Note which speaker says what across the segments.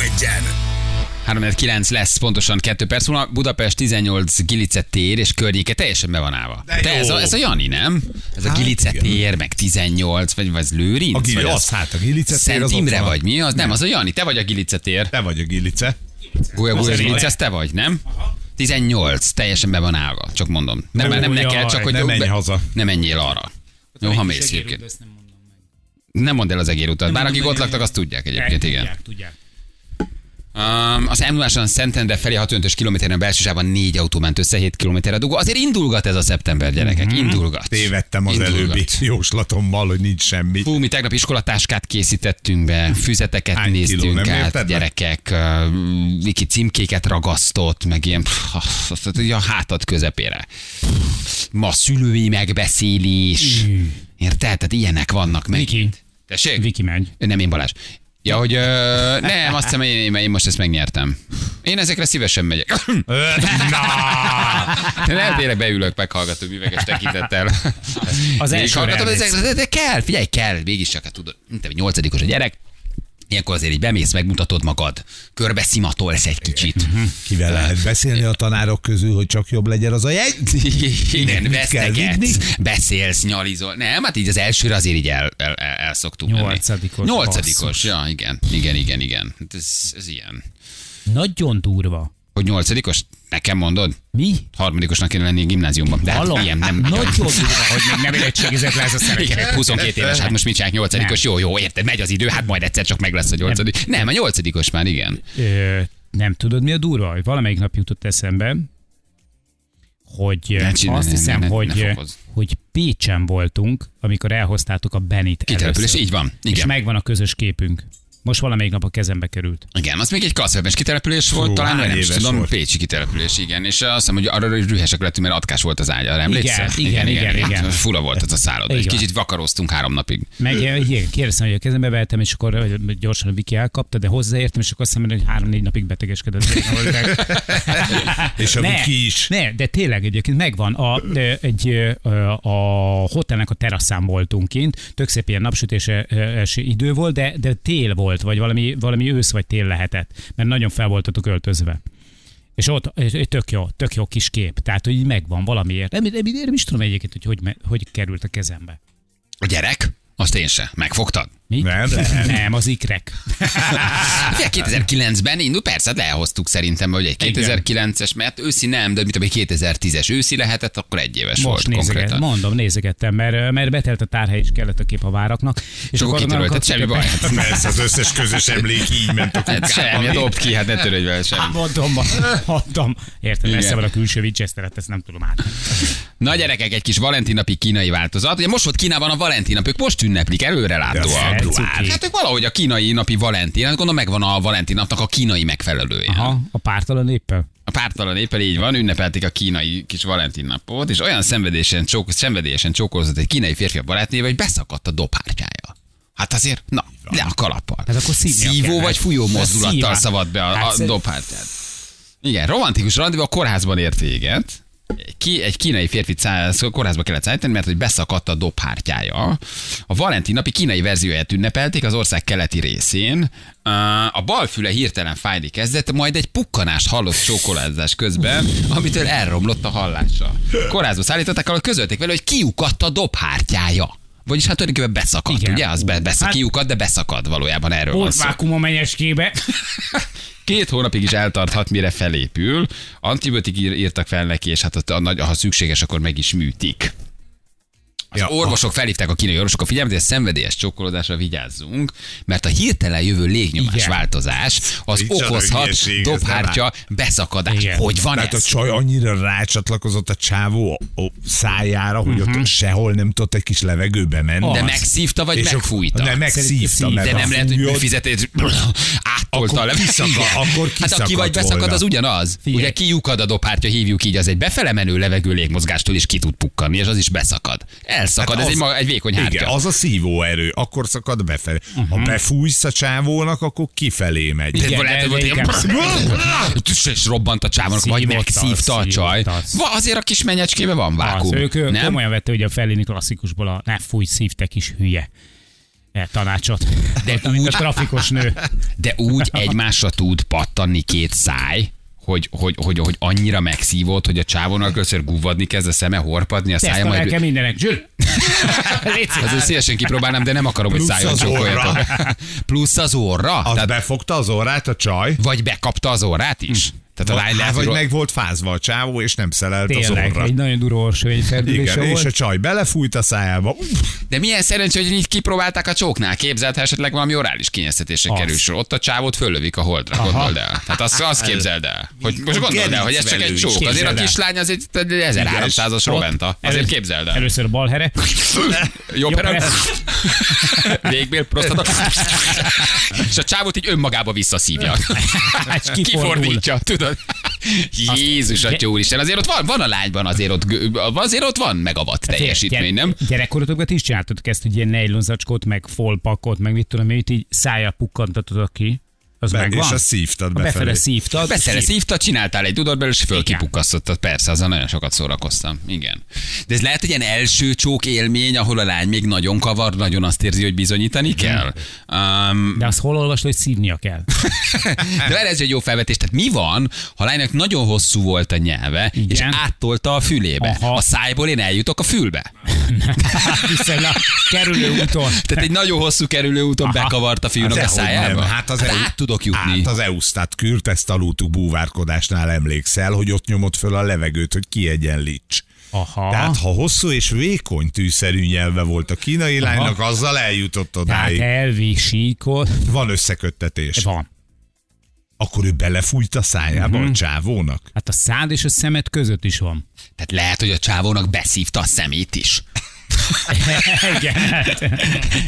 Speaker 1: egyen!
Speaker 2: 349 lesz, pontosan 2 perc múlva. Budapest 18 Gilice tér és környéke teljesen be van állva.
Speaker 1: De
Speaker 2: Te
Speaker 1: jó. Hát
Speaker 2: ez a, ez a Jani, nem? Ez a Gilice tér, meg 18, vagy ez Lőrinc?
Speaker 1: A Gili-
Speaker 2: vagy
Speaker 1: az, hát a Gilice tér,
Speaker 2: Szent
Speaker 1: az ott
Speaker 2: Imre
Speaker 1: van.
Speaker 2: vagy mi? Az nem, az a Jani, te vagy a Gilice tér.
Speaker 1: Te vagy a gilice.
Speaker 2: Gólya Gólya
Speaker 1: Az
Speaker 2: Gilic,
Speaker 1: Imre.
Speaker 2: ez te vagy, nem? 18, teljesen be van állva, csak mondom. Nem, nem, nem
Speaker 3: jaj,
Speaker 2: neked, csak hogy
Speaker 1: ne menj
Speaker 2: be-
Speaker 1: haza.
Speaker 2: Ne menjél arra. Jó, ha mész egyébként. Nem mondd el az egérutat. Bár akik ott laktak, azt tudják egyébként, igen.
Speaker 3: Tudják, tudják.
Speaker 2: Um, az m 0 Szentendre felé 65-ös kilométeren belsősában négy autó ment össze, 7 kilométerre dugó. Azért indulgat ez a szeptember, gyerekek, indulgat.
Speaker 1: Mhm. Tévedtem az
Speaker 2: Indulgat.
Speaker 1: előbbi jóslatommal, hogy nincs semmi.
Speaker 2: Fú, mi tegnap iskolatáskát készítettünk be, füzeteket
Speaker 1: Hány
Speaker 2: néztünk
Speaker 1: kiló, nem
Speaker 2: át,
Speaker 1: érted meg?
Speaker 2: gyerekek, ö, Viki címkéket ragasztott, meg ilyen pff, azt- azt- azt- a hátad közepére. Ma szülői megbeszélés. Érted? Tehát ilyenek vannak meg.
Speaker 3: Viki.
Speaker 2: Tessék?
Speaker 3: Viki megy.
Speaker 2: Nem én Balázs. Ja, hogy ö, nem, azt hiszem, én, én, én most ezt megnyertem. Én ezekre szívesen megyek.
Speaker 1: Ö, Na!
Speaker 2: Nem, tényleg beülök, meghallgató műveges tekintettel.
Speaker 3: Az
Speaker 2: Végig
Speaker 3: elsőre
Speaker 2: hallgatom,
Speaker 3: elmész.
Speaker 2: ezek- de, de, kell, figyelj, kell, mégiscsak, hát tudod, mint te vagy nyolcadikos a gyerek, Ilyenkor azért így bemész, megmutatod magad, körbe szimatolsz egy kicsit.
Speaker 1: Kivel lehet beszélni a tanárok közül, hogy csak jobb legyen az a jegy?
Speaker 2: Igen,
Speaker 1: Mit kell vinni?
Speaker 2: vesztegetsz, beszélsz, nyalizol. Nem, hát így az elsőre azért így el, el, el, el szoktuk menni.
Speaker 3: Nyolcadikos,
Speaker 2: Nyolcadikos,
Speaker 3: basszus.
Speaker 2: ja, igen, igen, igen, igen. Hát ez, ez ilyen.
Speaker 3: Nagyon durva.
Speaker 2: Hogy nyolcadikos? Nekem mondod?
Speaker 3: Mi?
Speaker 2: Harmadikosnak kéne lenni gimnáziumban. De hát
Speaker 3: Hallom?
Speaker 2: ilyen nem.
Speaker 3: Nagyon durva, hogy még nem érettségizett le ez a
Speaker 2: Igen,
Speaker 3: szerekérek.
Speaker 2: meg 22 éves, hát most mit csinálják, nyolcadikos, jó, jó, érted, megy az idő, hát majd egyszer csak meg lesz a nyolcadik. Nem, a nyolcadikos már, igen.
Speaker 3: Ö, nem tudod, mi a durva? Hogy Valamelyik nap jutott eszembe, hogy
Speaker 2: Ne
Speaker 3: ne
Speaker 2: csinálj,
Speaker 3: azt
Speaker 2: ne,
Speaker 3: hiszem,
Speaker 2: ne, ne,
Speaker 3: hogy,
Speaker 2: ne fokozz.
Speaker 3: hogy Pécsen voltunk, amikor elhoztátok a Benit
Speaker 2: Kitelepülés, így van.
Speaker 3: És
Speaker 2: Igen.
Speaker 3: megvan a közös képünk. Most valamelyik nap a kezembe került.
Speaker 2: Igen, az még egy kaszvepes kitelepülés volt,
Speaker 1: Fú,
Speaker 2: talán
Speaker 1: hány
Speaker 2: nem is
Speaker 1: éves
Speaker 2: tudom,
Speaker 1: volt?
Speaker 2: Pécsi kitelepülés, igen. És azt hiszem, hogy arra is rühesek lettünk, mert atkás volt az ágy, arra emlékszel?
Speaker 3: Igen, igen, igen, igen.
Speaker 2: Fura volt ez a szállod.
Speaker 3: Így
Speaker 2: Egy
Speaker 3: van.
Speaker 2: kicsit vakaróztunk három napig.
Speaker 3: Meg eh, igen, kérdeztem, hogy a kezembe vehetem, és akkor hogy gyorsan a Viki elkapta, de hozzáértem, és akkor azt hiszem, hogy három-négy napig betegeskedett.
Speaker 1: És a
Speaker 3: Ne,
Speaker 1: Viki is.
Speaker 3: Ne, de tényleg egyébként megvan. A, ö, egy, ö, ö, a hotelnek a teraszán voltunk kint, tök szép ilyen napsütéses idő volt, de, de tél volt, vagy valami, valami ősz vagy tél lehetett, mert nagyon fel voltatok öltözve. És ott egy egy tök jó, tök jó kis kép. Tehát, hogy így megvan valamiért. Nem, nem, nem, nem is tudom egyébként, hogy hogy, me- hogy került a kezembe.
Speaker 2: A gyerek? Azt én se. Megfogtad?
Speaker 3: Mi?
Speaker 1: Nem, nem.
Speaker 3: nem az ikrek.
Speaker 2: Ugye 2009-ben indul, persze, hát lehoztuk szerintem, hogy egy 2009-es, mert őszi nem, de mit tudom, egy 2010-es őszi lehetett, akkor egy éves
Speaker 3: Most
Speaker 2: volt
Speaker 3: nézeget,
Speaker 2: konkrétan.
Speaker 3: mondom, nézegettem, mert, mert betelt a tárhely, és kellett a kép a váraknak. És
Speaker 2: Csak akkor kitörölted,
Speaker 3: kaptuk
Speaker 2: semmi
Speaker 3: a-
Speaker 2: baj.
Speaker 1: Persze, az összes közös emlék így ment a
Speaker 2: Hát semmi,
Speaker 1: kukába.
Speaker 2: dob ki, hát ne törődj vele semmi.
Speaker 3: Mondom, mondom. Érted,
Speaker 2: Igen.
Speaker 3: messze van a külső Winchester-et, ezt nem tudom át.
Speaker 2: Na gyerekek, egy kis valentinapi kínai változat. Ugye most volt Kínában a valentinap, ők most ünneplik,
Speaker 1: De
Speaker 2: előrelátóak.
Speaker 3: cuki.
Speaker 2: Hát ők valahogy a kínai napi valentin, hát gondolom megvan a valentinapnak a kínai megfelelője.
Speaker 3: Aha, a pártalan éppen.
Speaker 2: A pártalan éppen így van, ünnepelték a kínai kis Valentin napot, és olyan szenvedésen, csók, szenvedélyesen csókolzott egy kínai férfi a barátnével, hogy beszakadt a dobhártyája. Hát azért, na, le a kalappal.
Speaker 3: Hát akkor szívnia
Speaker 2: Szívó
Speaker 3: kell.
Speaker 2: vagy fújó
Speaker 3: Hát
Speaker 2: mozdulattal
Speaker 3: szívás.
Speaker 2: szabad be a,
Speaker 3: Hát
Speaker 2: a
Speaker 3: szer-
Speaker 2: dobhártyát. Igen, romantikus randi a kórházban ért véget. Ki, egy kínai férfi szóval kórházba kellett szállítani, mert hogy beszakadt a dobhártyája. A Valentin napi kínai verzióját ünnepelték az ország keleti részén. Uh, A bal füle hirtelen fájni kezdett, majd egy pukkanást hallott csókolázás közben, amitől elromlott a hallása. Kórházba szállították, ahol közölték vele, hogy kiukadt a dobhártyája. Vagyis hát tulajdonképpen beszakadt, Igen.
Speaker 3: Igen.
Speaker 2: ugye? Az be, beszak,
Speaker 3: Hát-
Speaker 2: kiukadt, de beszakad valójában erről van szó.
Speaker 3: Portvákum a menyeskébe.
Speaker 2: Két hónapig is eltarthat, mire felépül. Antibiotik ír- írtak fel neki, és hát ott a nagy, ha szükséges, akkor meg is műtik. Az
Speaker 1: Ja.
Speaker 2: orvosok felhívták a kínai orvosok a figyelmet, hogy a szenvedélyes csókolódásra vigyázzunk, mert a hirtelen jövő légnyomás
Speaker 3: Igen.
Speaker 2: változás az
Speaker 1: Micsoda
Speaker 2: okozhat
Speaker 1: hülyeség, ez
Speaker 2: dobhártya beszakadás.
Speaker 3: Igen.
Speaker 2: Hogy van
Speaker 1: Tehát a
Speaker 2: ez?
Speaker 1: csaj annyira rácsatlakozott a csávó a- a szájára, hogy ott sehol nem tudott egy kis levegőbe menni.
Speaker 2: Mhm. De megszívta, vagy
Speaker 1: És akkor-
Speaker 2: megfújta?
Speaker 1: De megszívta.
Speaker 3: Szerintem
Speaker 1: mert
Speaker 2: De
Speaker 1: ha
Speaker 2: nem lehet, hogy
Speaker 1: fújod-
Speaker 2: műfizetét áttolta
Speaker 1: Akkor
Speaker 2: le.
Speaker 1: kiszakad-
Speaker 2: Igen.
Speaker 1: akkor
Speaker 2: hát aki vagy
Speaker 1: kiszakadt
Speaker 2: beszakad,
Speaker 1: volna.
Speaker 2: az ugyanaz.
Speaker 3: Figyelj.
Speaker 2: Ugye kiukad a dobhártya, hívjuk így, az egy befele menő levegő légmozgástól is ki tud pukkanni, és az is beszakad. Elszakad,
Speaker 1: Hát
Speaker 2: ez
Speaker 1: az-
Speaker 2: egy, maga, egy vékony hártya.
Speaker 1: Igen, az a szívó erő, akkor szakad befelé. Ha befújsz a csávónak, akkor kifelé megy.
Speaker 2: Igen,
Speaker 3: Igen,
Speaker 2: lehet, hogy volt
Speaker 3: de
Speaker 2: ilyen... És robbant a csávónak, vagy
Speaker 3: Szívott
Speaker 2: megszívta a
Speaker 3: az,
Speaker 2: csaj.
Speaker 3: szívott az.
Speaker 2: Va, azért a kis menyecskébe van
Speaker 3: Az,
Speaker 2: vákum.
Speaker 3: ők ők
Speaker 2: nem?
Speaker 3: komolyan vette ugye a Fellini klasszikusból a ne fúj szívtek is hülye. E, tanácsot.
Speaker 2: De
Speaker 3: Mint a
Speaker 2: úgy,
Speaker 3: trafikos nő.
Speaker 2: de úgy egymásra tud pattanni két száj, hogy, hogy, hogy, hogy annyira megszívott, hogy a csávónak először guvadni kezd a szeme, horpadni a szája,
Speaker 3: Ezt el kell
Speaker 2: majd...
Speaker 3: mindenek. Zsül! Légy szíves.
Speaker 2: Azért szívesen kipróbálnám, de nem akarom, hogy
Speaker 1: Plusz
Speaker 2: szájon
Speaker 1: az
Speaker 2: csókoljatok. Plusz az orra?
Speaker 1: Az
Speaker 2: Tehát,
Speaker 1: befogta az orrát a csaj,
Speaker 2: vagy bekapta az orrát is? Tehát a lány
Speaker 1: Há,
Speaker 2: lehet,
Speaker 1: vagy
Speaker 2: hogy
Speaker 1: meg volt fázva a csávó, és nem szelelt az
Speaker 3: Tényleg,
Speaker 1: orra.
Speaker 3: egy nagyon durva orsóvényfeldülése
Speaker 1: Igen, és a
Speaker 3: volt.
Speaker 1: csaj belefújt a szájába. Uff,
Speaker 2: De milyen szerencsé, hogy így kipróbálták a csóknál, képzelt, ha esetleg valami orális kényeztetésre
Speaker 3: Az.
Speaker 2: kerül sor. Ott a csávót föllövik a holdra, Aha. gondold el. Tehát azt, azt képzeld el. Hogy most gondold el, hogy ez csak egy
Speaker 1: gerincvelő is.
Speaker 2: csók. Azért a
Speaker 1: Képzeld el.
Speaker 2: kislány az egy 1300-as
Speaker 3: Ott
Speaker 2: roventa. Azért
Speaker 3: elősz-
Speaker 2: képzeld el.
Speaker 3: Először a bal here.
Speaker 2: Jobb
Speaker 3: Jobb
Speaker 2: perem.
Speaker 3: perem.
Speaker 2: Végbél, prostata. És a csávót így önmagába visszaszívja.
Speaker 3: És kifordul.
Speaker 2: Kifordítja, tudod? Jézus, atya úristen, azért ott van, van a lányban, azért ott, gő- azért ott van megavat teljesítmény, nem?
Speaker 3: Gyerekkorotokban ti is csináltatok ezt, hogy ilyen nejlonzacskót, meg folpakot, meg mit tudom, én, itt így szája pukkantatod ki. Az
Speaker 1: be-
Speaker 3: megvan?
Speaker 1: és a szívtad
Speaker 3: A befele
Speaker 1: befelé.
Speaker 3: szívtad.
Speaker 2: Beszere
Speaker 3: szív-
Speaker 2: szívta, csináltál egy tudod belőle, és
Speaker 3: Igen.
Speaker 2: fölkipukkasztottad. Persze, azzal nagyon sokat szórakoztam. Igen. De ez lehet egy ilyen első csók élmény, ahol a lány még nagyon kavar, nagyon azt érzi, hogy bizonyítani kell. Um,
Speaker 3: De azt hol olvasod, hogy szívnia kell?
Speaker 2: de várj, ez egy jó felvetés. Tehát mi van, ha a lánynak nagyon hosszú volt a nyelve, Igen. és
Speaker 3: Igen.
Speaker 2: áttolta a fülébe? Aha.
Speaker 3: Aha.
Speaker 2: A szájból én eljutok a fülbe.
Speaker 3: Hát, Hiszen a kerülő úton.
Speaker 2: Tehát egy nagyon hosszú kerülő úton
Speaker 3: Aha.
Speaker 2: bekavart a fiúnak a
Speaker 1: Dehogy
Speaker 2: szájába.
Speaker 1: nem, Hát az
Speaker 2: hát
Speaker 1: EU-
Speaker 2: át tudok jutni.
Speaker 1: Át az eusztát kürt, ezt aludtuk búvárkodásnál emlékszel, hogy ott nyomott föl a levegőt, hogy kiegyenlíts.
Speaker 3: Aha.
Speaker 1: Tehát ha hosszú és vékony tűszerű nyelve volt a kínai
Speaker 3: Aha.
Speaker 1: lánynak, azzal eljutott
Speaker 3: Tehát
Speaker 1: odáig.
Speaker 2: Hát, eh.
Speaker 3: elvi síkot.
Speaker 1: Van összeköttetés.
Speaker 3: Van.
Speaker 1: Akkor ő belefújt a szájába
Speaker 3: Mhm.
Speaker 1: a csávónak.
Speaker 3: Hát a szád és a szemed között is van.
Speaker 2: Tehát lehet, hogy a csávónak beszívta a szemét is.
Speaker 3: Igen. hát.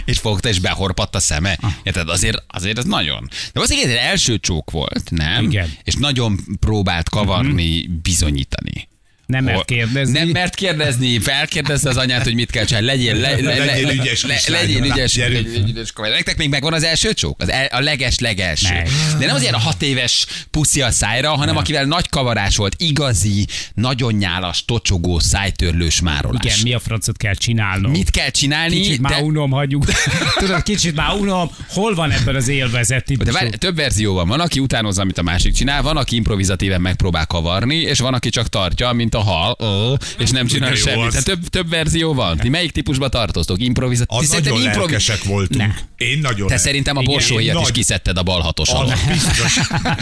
Speaker 2: és fogta, és behorpadt a szeme.
Speaker 3: Ah.
Speaker 2: Érted? Azért, azért ez nagyon. De az egy első csók volt, nem?
Speaker 3: Igen. Mhm.
Speaker 2: És nagyon próbált kavarni, bizonyítani.
Speaker 3: Nem
Speaker 2: Hol-
Speaker 3: mert kérdezni.
Speaker 2: Nem mert kérdezni, felkérdezte az anyát, hogy mit kell csinálni. Legyél, le, le, le,
Speaker 1: Legyél ügyes kislány,
Speaker 2: legyél
Speaker 1: na,
Speaker 2: ügyes,
Speaker 1: gyerünk.
Speaker 2: legy- ügyes kavar. Nektek még megvan az első csók? Az el, a leges leges.
Speaker 3: Meg.
Speaker 2: De nem az ilyen a hat éves puszi a szájra, hanem akivel nagy kavarás volt, igazi, nagyon nyálas, tocsogó, szájtörlős márolás.
Speaker 3: Igen, mi a francot kell csinálnom?
Speaker 2: Mit kell csinálni?
Speaker 3: Kicsit már
Speaker 2: de-
Speaker 3: unom, hagyjuk. Tudod, kicsit már unom, hol van ebben az élvezet
Speaker 2: De
Speaker 3: típusú?
Speaker 2: várj, több verzió van. Van, aki utánozza, amit a másik csinál, van, aki improvizatíven megpróbál kavarni, és van, aki csak tartja, mint a hal, ö, és nem csinál
Speaker 1: De jó
Speaker 2: semmit.
Speaker 1: az.
Speaker 2: Tehát több, több verzió van. Ti melyik típusba tartoztok? Improvizatív.
Speaker 1: Az nagyon lelkesek voltunk. Én nagyon
Speaker 2: Te
Speaker 1: lelkes-
Speaker 2: szerintem a
Speaker 1: Igen,
Speaker 2: borsóhíjat
Speaker 1: én
Speaker 2: is
Speaker 1: nagy-
Speaker 2: kiszedted a balhatos alól.
Speaker 1: Az biztos. Milyen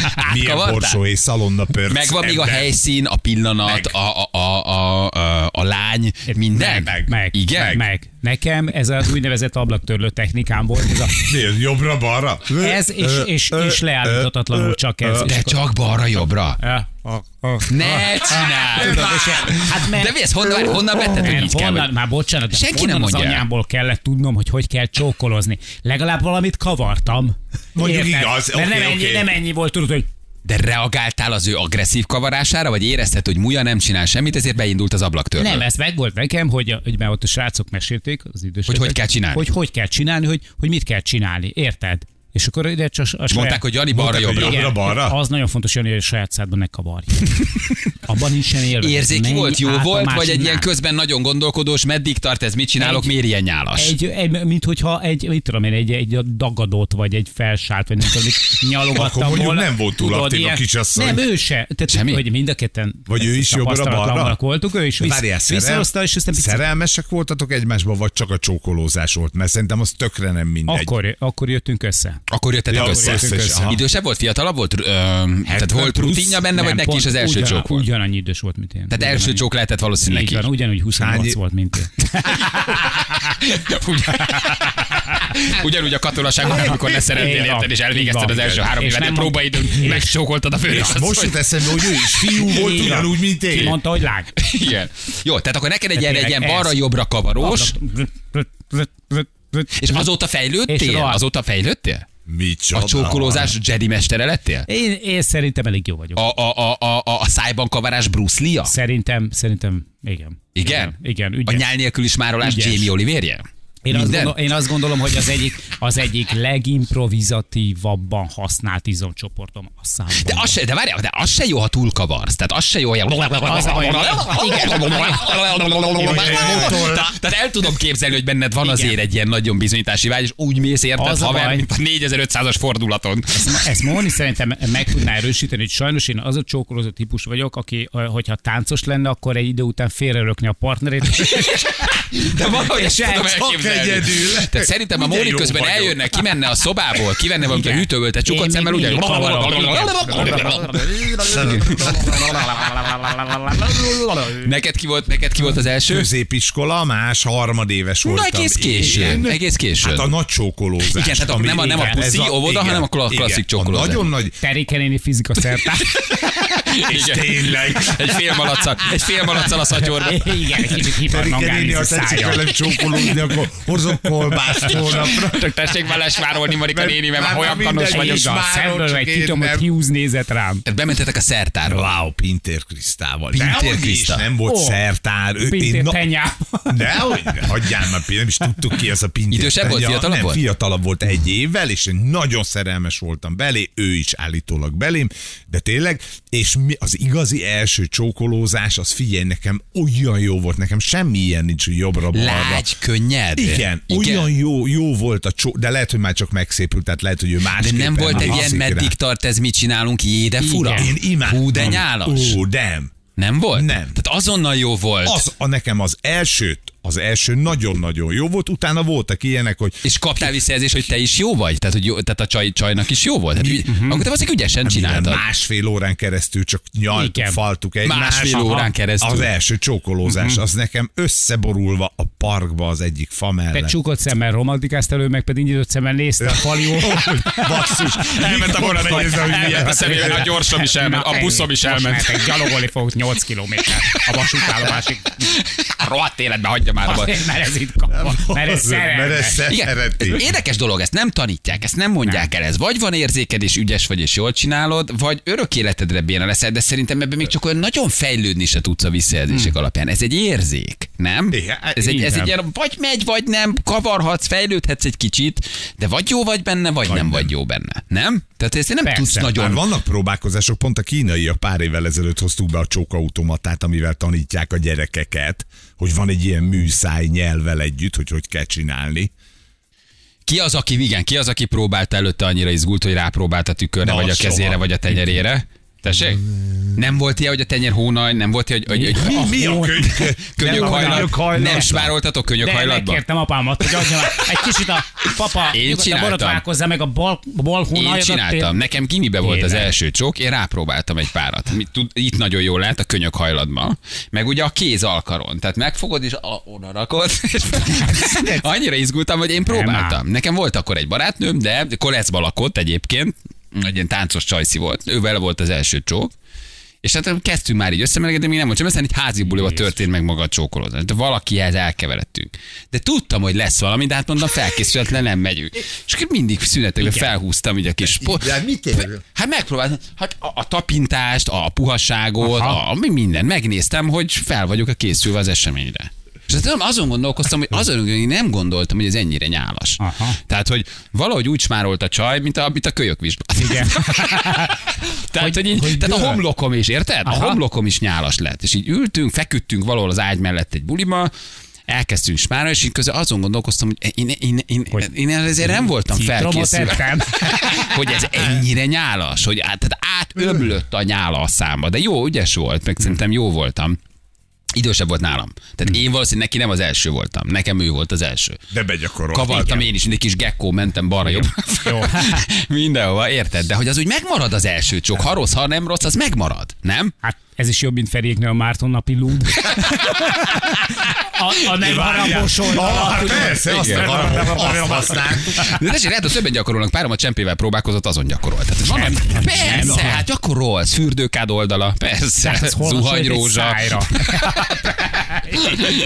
Speaker 2: Átkavartál?
Speaker 1: borsó és szalonna pörc.
Speaker 2: Megvan még a
Speaker 1: ember.
Speaker 2: helyszín, a pillanat, a, a, a, a, a, a lány, minden?
Speaker 3: Meg, meg,
Speaker 2: Igen?
Speaker 3: meg, meg. Nekem ez az úgynevezett ablaktörlő technikám volt. Ez, a,
Speaker 1: Nézd, jobbra-balra.
Speaker 3: ez és, és, és leállíthatatlanul csak ez. És
Speaker 2: De
Speaker 3: akkor-
Speaker 2: csak balra-jobbra.
Speaker 3: Ja.
Speaker 2: Ne csináld!
Speaker 3: Tudod, és ilyen- Hát mert
Speaker 2: De mi ez? Honnan, honnan vetted, hogy
Speaker 3: Mert
Speaker 2: így kell?
Speaker 3: honnan, már bocsánat, de
Speaker 2: Senki nem
Speaker 3: honnan
Speaker 2: mondja
Speaker 3: az
Speaker 2: el.
Speaker 3: anyámból kellett tudnom, hogy hogy kell csókolozni. Legalább valamit kavartam.
Speaker 1: Mondjuk igaz,
Speaker 3: Mert
Speaker 1: oké,
Speaker 3: nem, ennyi,
Speaker 1: oké.
Speaker 3: nem ennyi volt, tudod, hogy
Speaker 2: De reagáltál az ő agresszív kavarására, vagy érezted, hogy Muja nem csinál semmit, ezért beindult az ablaktörlő?
Speaker 3: nem, ez meg volt nekem, hogy, a- hogy mert ott a srácok mesélték, az idősebbek,
Speaker 2: Hogy hogy kell csinálni.
Speaker 3: Hogy hogy kell csinálni, hogy, hogy mit kell csinálni, érted? És akkor ide csak a saját...
Speaker 2: Mondták, hogy Jani balra
Speaker 1: Mondták, hogy
Speaker 2: jobbra.
Speaker 1: jobbra.
Speaker 3: Igen,
Speaker 1: balra?
Speaker 3: Az nagyon fontos, Jani, hogy a saját szádban ne kavarj. Abban nincsen élve.
Speaker 2: Érzéki
Speaker 3: Menj
Speaker 2: volt, jó
Speaker 3: át a
Speaker 2: volt, vagy egy ilyen
Speaker 3: másiknál.
Speaker 2: közben nagyon gondolkodós, meddig tart ez, mit csinálok,
Speaker 3: Egy-
Speaker 2: miért ilyen nyálas?
Speaker 3: Egy, egy, mint hogyha egy, mit tudom én, egy, egy dagadót, vagy egy felsált, vagy nem tudom, mit
Speaker 1: Akkor
Speaker 3: nyalogattam
Speaker 1: mondjuk
Speaker 3: volna.
Speaker 1: nem volt túl aktív a
Speaker 3: ilyen-
Speaker 1: kisasszony.
Speaker 3: Nem, ő se. Tehát,
Speaker 2: Semmi?
Speaker 3: Semmi? Hogy mind a ketten
Speaker 1: Vagy ő is jobbra-balra?
Speaker 3: tapasztalatlanok voltunk, ő is
Speaker 1: De
Speaker 3: visz,
Speaker 1: Várjál,
Speaker 3: visszahozta,
Speaker 1: szerel...
Speaker 3: és aztán picit,
Speaker 1: szerelmesek voltatok egymásban, vagy csak a csókolózás volt? Mert szerintem az tökre nem mindegy.
Speaker 3: akkor, akkor jöttünk össze.
Speaker 2: Akkor jöttetek
Speaker 1: Ja,
Speaker 2: össze.
Speaker 1: akkor jöttünk össze, aha.
Speaker 2: Idősebb volt, fiatalabb volt, ö, tehát volt
Speaker 1: plusz?
Speaker 2: rutinja benne, vagy neki
Speaker 3: pont
Speaker 2: is az első
Speaker 3: ugyan,
Speaker 2: csók volt?
Speaker 3: Ugyanannyi idős volt, mint én.
Speaker 2: Tehát első csók lehetett valószínűleg
Speaker 3: Így
Speaker 2: neki.
Speaker 3: van, ugyanúgy 28
Speaker 1: Hány-
Speaker 3: volt, mint én.
Speaker 2: Ugyan- Ugyanúgy a katonaságon, amikor leszereltél,
Speaker 3: Így van.
Speaker 2: érted, és
Speaker 3: Így
Speaker 2: elvégezted
Speaker 3: van.
Speaker 2: az első három
Speaker 3: És
Speaker 2: évet,
Speaker 3: nem mond-
Speaker 2: próbaidőn
Speaker 3: és-
Speaker 2: megcsókoltad a
Speaker 1: És
Speaker 2: főnök.
Speaker 1: most jut eszembe, hogy ő is fiú volt,
Speaker 3: Igen.
Speaker 1: ugyanúgy, mint
Speaker 3: Ki
Speaker 1: én.
Speaker 3: mondta, hogy lág.
Speaker 2: Igen. Jó, tehát akkor neked egy ilyen, egy ilyen
Speaker 3: tényleg Hát ez.
Speaker 2: balra-jobbra kavarós, és azóta
Speaker 3: És
Speaker 2: fejlődtél?
Speaker 3: rohadt.
Speaker 2: Azóta fejlődtél?
Speaker 1: Micsoda.
Speaker 2: A csókolózás Jedi mestere lettél?
Speaker 3: Én, én szerintem elég jó vagyok.
Speaker 2: A, a, a, a, a, a szájban kavarás Bruce Lee-a?
Speaker 3: Szerintem, szerintem, igen.
Speaker 2: Igen?
Speaker 3: Igen,
Speaker 2: A
Speaker 3: ügyes.
Speaker 2: nyál nélkül is márolás
Speaker 3: Ügyes.
Speaker 2: Jamie Oliverje?
Speaker 3: Én azt,
Speaker 2: Minden?
Speaker 3: gondolom, én azt gondolom, hogy az egyik, az egyik legimprovizatívabban használt izomcsoportom a számban.
Speaker 2: De az se, de várjál, de az se jó, ha túlkavarsz. Tehát az se jó, hogy... Tehát- Tehát el tudom képzelni, hogy benned van azért egy ilyen nagyon bizonyítási vágy, és úgy mész érted,
Speaker 3: Az a
Speaker 2: haver,
Speaker 3: baj.
Speaker 2: mint a 4500-as fordulaton.
Speaker 3: ezt, ezt Móni szerintem meg tudná erősíteni, hogy sajnos én az a csókolózó típus vagyok, aki, ö, hogyha táncos lenne, akkor egy idő után félrelökni a partnerét.
Speaker 2: De valahogy ezt
Speaker 3: Csak
Speaker 2: tudom elképzelni.
Speaker 1: egyedül.
Speaker 2: Tehát szerintem a
Speaker 1: Milyen
Speaker 2: Móni
Speaker 1: jó
Speaker 2: közben
Speaker 1: vagyok.
Speaker 2: eljönne, kimenne a szobából, kivenne valamit a
Speaker 3: Igen.
Speaker 2: hűtőből, te csukott
Speaker 3: Én
Speaker 2: szemmel,
Speaker 3: még
Speaker 2: ugye?
Speaker 3: mindig kavarom.
Speaker 2: Neked ki volt, neked ki volt az első?
Speaker 1: Középiskola, más, harmadéves
Speaker 2: Na,
Speaker 1: voltam.
Speaker 2: egész későn.
Speaker 1: Igen.
Speaker 2: Egész későn.
Speaker 1: Hát a nagy csókolózás.
Speaker 2: Igen, tehát a-
Speaker 1: ami-
Speaker 2: nem a- nem a
Speaker 1: igen,
Speaker 2: puszi
Speaker 1: ez
Speaker 2: óvoda,
Speaker 1: igen,
Speaker 2: hanem a kla- klasszik
Speaker 1: igen,
Speaker 2: csókolózás.
Speaker 1: A nagyon nagy,
Speaker 3: Terékenéni fizika szertár.
Speaker 2: És
Speaker 1: tényleg.
Speaker 2: Egy fél malacsal, egy fél malacsal a szatyorba.
Speaker 3: Igen, egy kicsit
Speaker 1: Pedig
Speaker 3: hipermangálni
Speaker 1: néni,
Speaker 3: a
Speaker 1: ha tetszik
Speaker 3: szája.
Speaker 1: velem csókolózni, akkor hozok kolbászt holnapra.
Speaker 2: Csak tessék vele svárolni, Marika néni, mert már
Speaker 1: már
Speaker 2: olyan
Speaker 1: minden
Speaker 2: kanos
Speaker 1: is
Speaker 2: vagyok.
Speaker 1: is
Speaker 3: Igaz,
Speaker 1: várom,
Speaker 3: szemből
Speaker 1: csak
Speaker 3: egy
Speaker 1: én
Speaker 3: kitomott
Speaker 1: nem.
Speaker 3: Hughes nézett rám.
Speaker 2: Tehát bementetek a szertárba.
Speaker 1: Wow, Pintér Krisztával.
Speaker 2: Pintér
Speaker 1: Dehogy is,
Speaker 2: Kriszta.
Speaker 1: Nem volt
Speaker 3: Ó,
Speaker 1: szertár. Ő,
Speaker 3: Pintér
Speaker 1: na-
Speaker 3: tenyába.
Speaker 1: Dehogy, hagyjál már, Pintér, nem is tudtuk ki az a Pintér.
Speaker 2: Idősebb
Speaker 1: Tenya.
Speaker 2: volt, fiatalabb
Speaker 1: nem,
Speaker 2: volt?
Speaker 1: fiatalabb volt egy évvel, és én nagyon szerelmes voltam belé, ő is állítólag belém, de tényleg, és mi, az igazi első csókolózás, az figyelj nekem, olyan jó volt nekem, semmi ilyen nincs, hogy jobbra-balra.
Speaker 2: Lágy, könnyed.
Speaker 1: Igen, Igen, olyan jó, jó volt a csó, de lehet, hogy már csak megszépült, tehát lehet, hogy ő
Speaker 2: De
Speaker 1: másképpen
Speaker 2: nem volt egy ilyen
Speaker 1: emlékszik rá.
Speaker 2: meddig tart ez, mit csinálunk, jé, de fura.
Speaker 1: Én imádtam.
Speaker 2: Hú, de nyálas.
Speaker 1: Ó, nem.
Speaker 2: Nem volt?
Speaker 1: Nem.
Speaker 2: Tehát azonnal jó volt.
Speaker 1: Az, a nekem az elsőt, az első nagyon-nagyon jó volt, utána voltak ilyenek, hogy
Speaker 2: És kaptál visszajelzést, hogy te is jó vagy? Tehát, hogy jó, tehát a csaj, csajnak is jó volt? Tehát, uh-huh. Akkor te azért ügyesen
Speaker 1: Csináltad.
Speaker 2: csináltad.
Speaker 1: másfél órán keresztül csak nyaltuk,
Speaker 3: Igen.
Speaker 1: Igen. faltuk egymást.
Speaker 2: Másfél
Speaker 1: Aha.
Speaker 2: órán keresztül.
Speaker 1: Az első csókolózás, uh-huh. az nekem összeborulva a parkba az egyik fa
Speaker 3: Te
Speaker 1: mellett.
Speaker 3: csukott szemmel romantikázt elő, meg pedig nyitott szemmel nézte a falió.
Speaker 1: Basszus,
Speaker 2: Elment a
Speaker 1: mikor
Speaker 2: vonat,
Speaker 1: megy ez a
Speaker 2: hogy
Speaker 1: ügy?
Speaker 2: elment a személy, a gyorsom is elment, a buszom is elment.
Speaker 3: Gyalogolni fogok 8 kilométer a vasútállomásig.
Speaker 2: Rohadt életben hagyja már abba.
Speaker 3: Azért, mert ez itt kapva, mert ez
Speaker 1: Mert ez
Speaker 3: szerelmes.
Speaker 2: Igen,
Speaker 1: szereti.
Speaker 2: érdekes dolog, ezt nem tanítják, ezt nem mondják el. Ez vagy van érzéked, és ügyes vagy, és jól csinálod, vagy örök életedre béna leszel, de szerintem ebben még csak olyan nagyon fejlődni se tudsz a visszajelzések hmm. alapján. Ez egy érzék, nem?
Speaker 1: Igen,
Speaker 2: ez, egy, ez
Speaker 1: igen.
Speaker 2: egy ilyen, vagy megy, vagy nem, kavarhatsz, fejlődhetsz egy kicsit, de vagy jó vagy benne, vagy, vagy nem, nem vagy jó benne. Nem? Tehát ezt nem
Speaker 3: Persze,
Speaker 2: tudsz
Speaker 1: Már
Speaker 2: nagyon
Speaker 1: Hát vannak próbálkozások, pont a kínaiak pár évvel ezelőtt hoztuk be a csókautomatát, amivel tanítják a gyerekeket, hogy van egy ilyen műszáj nyelvel együtt, hogy hogy kell csinálni.
Speaker 2: Ki az, aki, igen, ki az, aki próbálta előtte annyira izgult, hogy rápróbált a tükörre,
Speaker 1: Na,
Speaker 2: vagy a
Speaker 1: soha.
Speaker 2: kezére, vagy a tenyerére? Tessék? Nem volt ilyen, hogy a tenyer hónaj, nem volt ilyen, hogy, hogy, hogy
Speaker 1: Mi a könyv?
Speaker 2: könyökhajlat?
Speaker 3: könyökhajlat.
Speaker 2: Nem spároltatok
Speaker 3: De
Speaker 2: könyökhajlatban?
Speaker 3: megkértem apámat, hogy adjon egy kicsit a papa
Speaker 2: Én
Speaker 3: nyugodtan
Speaker 2: csináltam.
Speaker 3: borotválkozza meg a bal, bal
Speaker 2: Én
Speaker 3: hónajadat.
Speaker 2: csináltam. Nekem gimibe volt az
Speaker 3: Tényleg?
Speaker 2: első csók, én rápróbáltam egy párat. Mi tud- Itt nagyon jól lehet a könyök hajladban. Meg ugye a kéz alkaron. Tehát megfogod és a, oda rakod. És Annyira izgultam, hogy én próbáltam. Nekem volt akkor egy barátnőm, de Koleszba lakott egyébként. Egy ilyen táncos csajci volt. Ő vele volt az első csók. És hát kezdtünk már így összemelegedni, még nem volt sem, aztán egy házi buliba történt meg maga a csókolózás. De valakihez elkeveredtünk. De tudtam, hogy lesz valami, de hát mondom, felkészületlen nem megyünk. És akkor mindig szünetekben felhúztam így a kis po-
Speaker 4: De mit ér?
Speaker 2: Hát megpróbáltam, hát a, a tapintást, a puhasságot, a, a, mi- mindent. Megnéztem, hogy fel vagyok a készülve az eseményre. És hát azon gondolkoztam, hogy azon hogy nem gondoltam, hogy ez ennyire nyálas.
Speaker 3: Aha.
Speaker 2: Tehát, hogy valahogy úgy smárolt a csaj, mint a, mint a kölyök vizsgálat.
Speaker 3: Igen.
Speaker 2: Tehát, hogy, így,
Speaker 3: hogy
Speaker 2: tehát a
Speaker 3: dől.
Speaker 2: homlokom is, érted? A
Speaker 3: Aha.
Speaker 2: homlokom is nyálas lett. És így ültünk, feküdtünk valahol az ágy mellett egy bulima, elkezdtünk smárolni, és így közben azon gondolkoztam, hogy én, én, én, én,
Speaker 3: Hogy
Speaker 2: én erre azért nem voltam
Speaker 3: Citromot
Speaker 2: felkészülve.
Speaker 3: ettem.
Speaker 2: hogy ez ennyire nyálas, hogy át, tehát átöblött a nyála a számba. De jó, ügyes volt, meg szerintem jó voltam. Idősebb volt nálam. Tehát
Speaker 3: Hmm.
Speaker 2: én valószínűleg neki nem az első voltam. Nekem ő volt az első.
Speaker 1: De begyakorolt.
Speaker 2: Kavartam én is, mint egy kis gekkó, mentem balra jobb.
Speaker 3: Jó.
Speaker 2: Mindenhova, érted? De hogy az úgy megmarad az első csok, ha rossz, ha nem rossz, az megmarad, nem?
Speaker 3: Hát ez is jobb, mint Feriéknél a Márton napi lúd. A, a nem harapos oldal.
Speaker 1: Ah, persze, azt
Speaker 2: Igen.
Speaker 1: akarom, azt használtuk.
Speaker 2: De tessék, lehet, hogy többen gyakorolnak, párom a csempével próbálkozott, azon gyakorolt. Tehát van, ami- persze,
Speaker 3: nem. hát
Speaker 2: hát gyakorolsz, fürdőkád oldala, persze, zuhanyrózsa.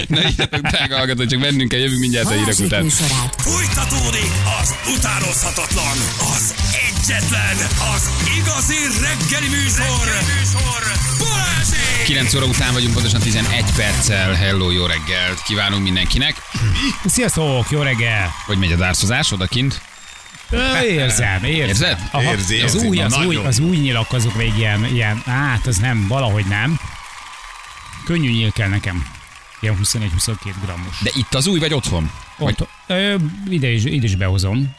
Speaker 2: Na, írjatok, drága hallgató, csak mennünk kell, jövünk mindjárt a hírek
Speaker 5: Balázsék
Speaker 2: után.
Speaker 5: műsorát.
Speaker 6: Folytatódik az utánozhatatlan, az egyetlen, az igazi reggeli műsor, reggeli műsor. Balázsék!
Speaker 2: 9 óra után vagyunk, pontosan 11 perccel. Hello, jó reggelt kívánunk mindenkinek.
Speaker 3: Sziasztok, jó reggel!
Speaker 2: Hogy megy a dárcozás odakint?
Speaker 3: Ö, Érzem, érzem.
Speaker 2: Érzed?
Speaker 3: Aha,
Speaker 1: Érzi,
Speaker 3: az
Speaker 1: érzi.
Speaker 3: új,
Speaker 1: Na,
Speaker 3: az, új,
Speaker 1: nagyon
Speaker 3: az
Speaker 1: jó.
Speaker 3: új nyilak azok még ilyen, ilyen, hát az nem, valahogy nem. Könnyű nyíl kell nekem. Ilyen 21-22 grammos.
Speaker 2: De itt az új vagy otthon? Vagy
Speaker 3: Ott, ö, ide, is, ide is behozom.